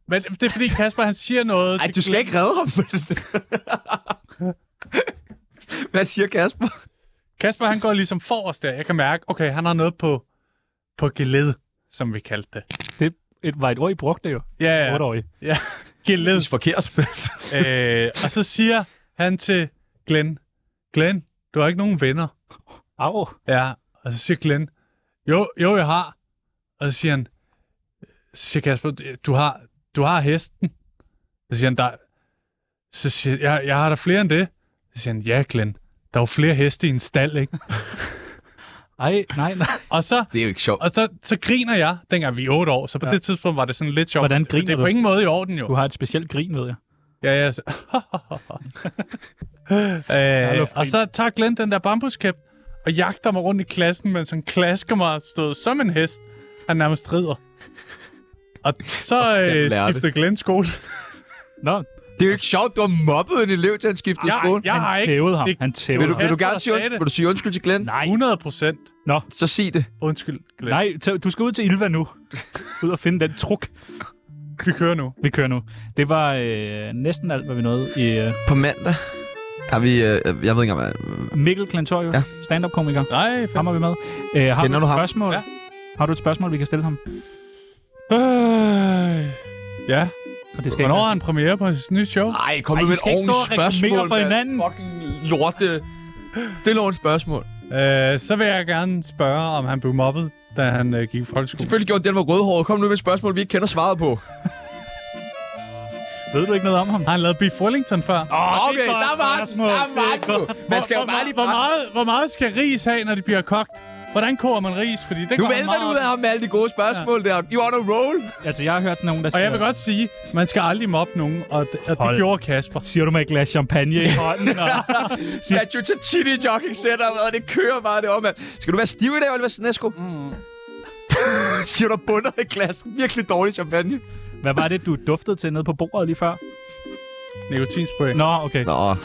[SPEAKER 3] Men det er fordi Kasper, han siger noget.
[SPEAKER 1] Ej,
[SPEAKER 3] til
[SPEAKER 1] du skal
[SPEAKER 3] Glenn.
[SPEAKER 1] ikke redde ham. Hvad siger Kasper?
[SPEAKER 3] Kasper, han går ligesom forrest der. Jeg kan mærke, okay, han har noget på, på geled, som vi kaldte det.
[SPEAKER 5] Det et, var et ord, I brugte jo.
[SPEAKER 3] Ja, ja.
[SPEAKER 5] Otteårige.
[SPEAKER 3] ja. Geled.
[SPEAKER 1] Det er forkert.
[SPEAKER 3] øh, og så siger han til Glenn, Glenn, du har ikke nogen venner.
[SPEAKER 5] Au.
[SPEAKER 3] Ja, og så siger Glenn, jo, jo, jeg har. Og så siger han, så siger Kasper, du har, du har hesten. Så siger han, der, så siger han, jeg, jeg har der flere end det. Så siger han, ja, Glenn, der er jo flere heste i en stald, ikke?
[SPEAKER 5] Ej, nej, nej.
[SPEAKER 3] og så,
[SPEAKER 1] det er jo ikke sjovt.
[SPEAKER 3] og så, så griner jeg, dengang vi er otte år, så på ja. det tidspunkt var det sådan lidt sjovt.
[SPEAKER 5] Hvordan griner
[SPEAKER 3] Det er på
[SPEAKER 5] du?
[SPEAKER 3] ingen måde i orden, jo.
[SPEAKER 5] Du har et specielt grin, ved jeg.
[SPEAKER 3] Ja, ja. Så. øh, og så tager Glenn den der bambuskæp og jagter mig rundt i klassen, mens han klasker mig og stod som en hest. Han nærmest rider. Og så øh,
[SPEAKER 1] lærer det.
[SPEAKER 3] skifter Glenn skole.
[SPEAKER 5] Nå,
[SPEAKER 1] Det er jo ikke sjovt, du har mobbet en elev til at skifte ja,
[SPEAKER 3] Jeg,
[SPEAKER 1] skole. Ja.
[SPEAKER 3] jeg har
[SPEAKER 5] han
[SPEAKER 3] ikke
[SPEAKER 5] tævede ham.
[SPEAKER 3] det-
[SPEAKER 5] Han
[SPEAKER 1] Vil du,
[SPEAKER 5] tævede ham.
[SPEAKER 1] vil du
[SPEAKER 3] Kasper,
[SPEAKER 1] gerne
[SPEAKER 3] der
[SPEAKER 1] sige
[SPEAKER 3] sagde
[SPEAKER 1] undskyld?
[SPEAKER 3] det.
[SPEAKER 1] Vil du sige undskyld til Glenn?
[SPEAKER 5] Nej,
[SPEAKER 3] 100 procent.
[SPEAKER 1] Så sig det.
[SPEAKER 3] Undskyld, Glenn.
[SPEAKER 5] nej, tæv- du skal ud til Ilva nu. Ud og finde den truk,
[SPEAKER 3] Vi kører nu.
[SPEAKER 5] vi kører nu. Det var øh, næsten alt, hvad vi nåede i øh,
[SPEAKER 1] På mandag har vi... Øh, jeg ved ikke engang, hvad...
[SPEAKER 5] Mikkel Klantorio, ja.
[SPEAKER 1] Ja.
[SPEAKER 5] stand-up-komiker.
[SPEAKER 3] Nej,
[SPEAKER 5] Ham er vi med. Øh, har
[SPEAKER 1] Kender
[SPEAKER 5] du
[SPEAKER 1] du
[SPEAKER 5] et
[SPEAKER 1] ham?
[SPEAKER 5] spørgsmål?
[SPEAKER 3] Ja.
[SPEAKER 5] Har du et spørgsmål, vi kan stille ham?
[SPEAKER 3] øh, ja.
[SPEAKER 5] Og det skal
[SPEAKER 3] Hvornår har
[SPEAKER 5] ikke
[SPEAKER 3] han premiere på hans nye show?
[SPEAKER 1] Ej, kom
[SPEAKER 5] Ej,
[SPEAKER 1] nu
[SPEAKER 5] I
[SPEAKER 1] med et
[SPEAKER 5] skal ikke stå
[SPEAKER 1] ordentligt
[SPEAKER 5] og
[SPEAKER 1] spørgsmål.
[SPEAKER 5] reklamere for
[SPEAKER 1] mand.
[SPEAKER 5] hinanden.
[SPEAKER 1] Fucking lorte. Det er et spørgsmål.
[SPEAKER 5] Ah.
[SPEAKER 3] Øh, så vil jeg gerne spørge, om han blev mobbet, da han øh, gik i folkeskole.
[SPEAKER 1] Selvfølgelig gjorde den var rødhåret. Kom nu med et spørgsmål, vi ikke kender svaret på.
[SPEAKER 5] Ved du ikke noget om ham?
[SPEAKER 3] Har han lavet Beef Wellington
[SPEAKER 5] Åh,
[SPEAKER 3] før?
[SPEAKER 1] Okay, der var den. Der var den. nu. Man skal jo bare lige...
[SPEAKER 3] Hvor meget, hvor meget skal ris have, når de bliver kogt? Hvordan koger man ris? Fordi det
[SPEAKER 1] Nu
[SPEAKER 3] kommer
[SPEAKER 1] vælter
[SPEAKER 3] meget
[SPEAKER 1] du ud
[SPEAKER 3] op.
[SPEAKER 1] af ham med alle de gode spørgsmål der. You on a roll.
[SPEAKER 5] Altså, jeg har hørt sådan nogen, der siger...
[SPEAKER 3] Og jeg vil godt sige, man skal aldrig mobbe nogen, og, d- og
[SPEAKER 5] Hold.
[SPEAKER 3] det gjorde Kasper.
[SPEAKER 5] Siger du med et glas champagne i hånden? Og...
[SPEAKER 1] Sat you til Chitty Jogging Center, og det kører bare det om, mand. Skal du være stiv i dag, Oliver Snesco? Mm. Siger du bunder i klassen. Virkelig dårlig champagne.
[SPEAKER 5] Hvad var det, du duftede til nede på bordet lige før?
[SPEAKER 3] Nikotinspray.
[SPEAKER 5] Nå, okay.
[SPEAKER 1] Nå,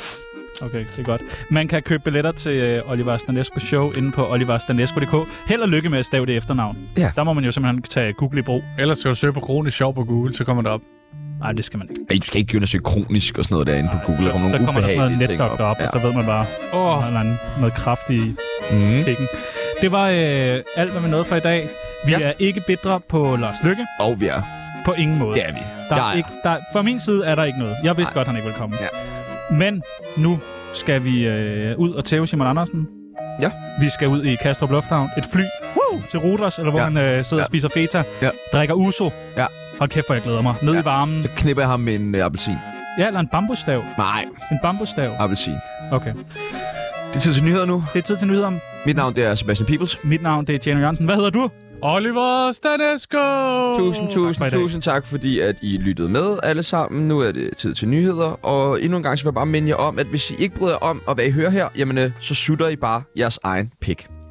[SPEAKER 5] Okay, det er godt. Man kan købe billetter til øh, Oliver Stanesco Show inde på oliverstanesco.dk. Held og lykke med at stave det efternavn.
[SPEAKER 1] Ja.
[SPEAKER 5] Der må man jo simpelthen tage Google i brug.
[SPEAKER 3] Ellers skal du søge på kronisk sjov på Google, så kommer det op.
[SPEAKER 5] Nej, det skal man ikke.
[SPEAKER 1] Ej, du skal ikke undersøge kronisk og sådan noget derinde på Google. Der kommer
[SPEAKER 5] så
[SPEAKER 1] nogle
[SPEAKER 5] kommer der sådan noget
[SPEAKER 1] ubehagelige ting op.
[SPEAKER 5] netdoktor op, og så ved man bare,
[SPEAKER 3] Åh,
[SPEAKER 5] oh.
[SPEAKER 3] oh,
[SPEAKER 5] noget, noget kraft i
[SPEAKER 1] Mm.
[SPEAKER 5] pikken. Det var øh, alt, hvad vi nåede for i dag. Vi
[SPEAKER 1] Ja.
[SPEAKER 5] er ikke bitre på Lars Lykke.
[SPEAKER 1] Og vi er.
[SPEAKER 5] På ingen måde.
[SPEAKER 1] Det er vi.
[SPEAKER 5] Der
[SPEAKER 1] Jeg
[SPEAKER 5] er ikke, der, fra min side er der ikke noget. Jeg vidste godt, han ikke ville komme.
[SPEAKER 1] Ja.
[SPEAKER 5] Men nu skal vi øh, ud og tæve Simon Andersen.
[SPEAKER 1] Ja.
[SPEAKER 5] Vi skal ud i Kastrup Lufthavn. Et fly Woo! til Ruders, eller hvor ja.
[SPEAKER 1] Ja.
[SPEAKER 5] han øh, sidder ja.
[SPEAKER 1] Ja.
[SPEAKER 5] og spiser feta.
[SPEAKER 1] Ja.
[SPEAKER 5] Drikker uso.
[SPEAKER 1] Ja.
[SPEAKER 5] Hold kæft, hvor jeg glæder mig. Ned ja.
[SPEAKER 1] Ja.
[SPEAKER 5] i varmen.
[SPEAKER 1] Så knipper jeg ham med en øh, appelsin.
[SPEAKER 5] Ja, eller en bambusstav.
[SPEAKER 1] Nej,
[SPEAKER 5] En bambusstav.
[SPEAKER 1] appelsin.
[SPEAKER 5] Okay.
[SPEAKER 1] Det er tid til nyheder nu.
[SPEAKER 5] Det er tid til nyheder.
[SPEAKER 1] Mit navn det er Sebastian Peoples.
[SPEAKER 5] Mit navn det er Tjerno Jørgensen. Hvad hedder du?
[SPEAKER 3] Oliver Stanesco!
[SPEAKER 1] Tusind,
[SPEAKER 5] for i
[SPEAKER 1] tusind,
[SPEAKER 5] dag.
[SPEAKER 1] tusind tak, fordi at I lyttede med alle sammen. Nu er det tid til nyheder, og endnu en gang så vil jeg bare minde jer om, at hvis I ikke bryder jer om, og hvad I hører her, jamen øh, så sutter I bare jeres egen pik.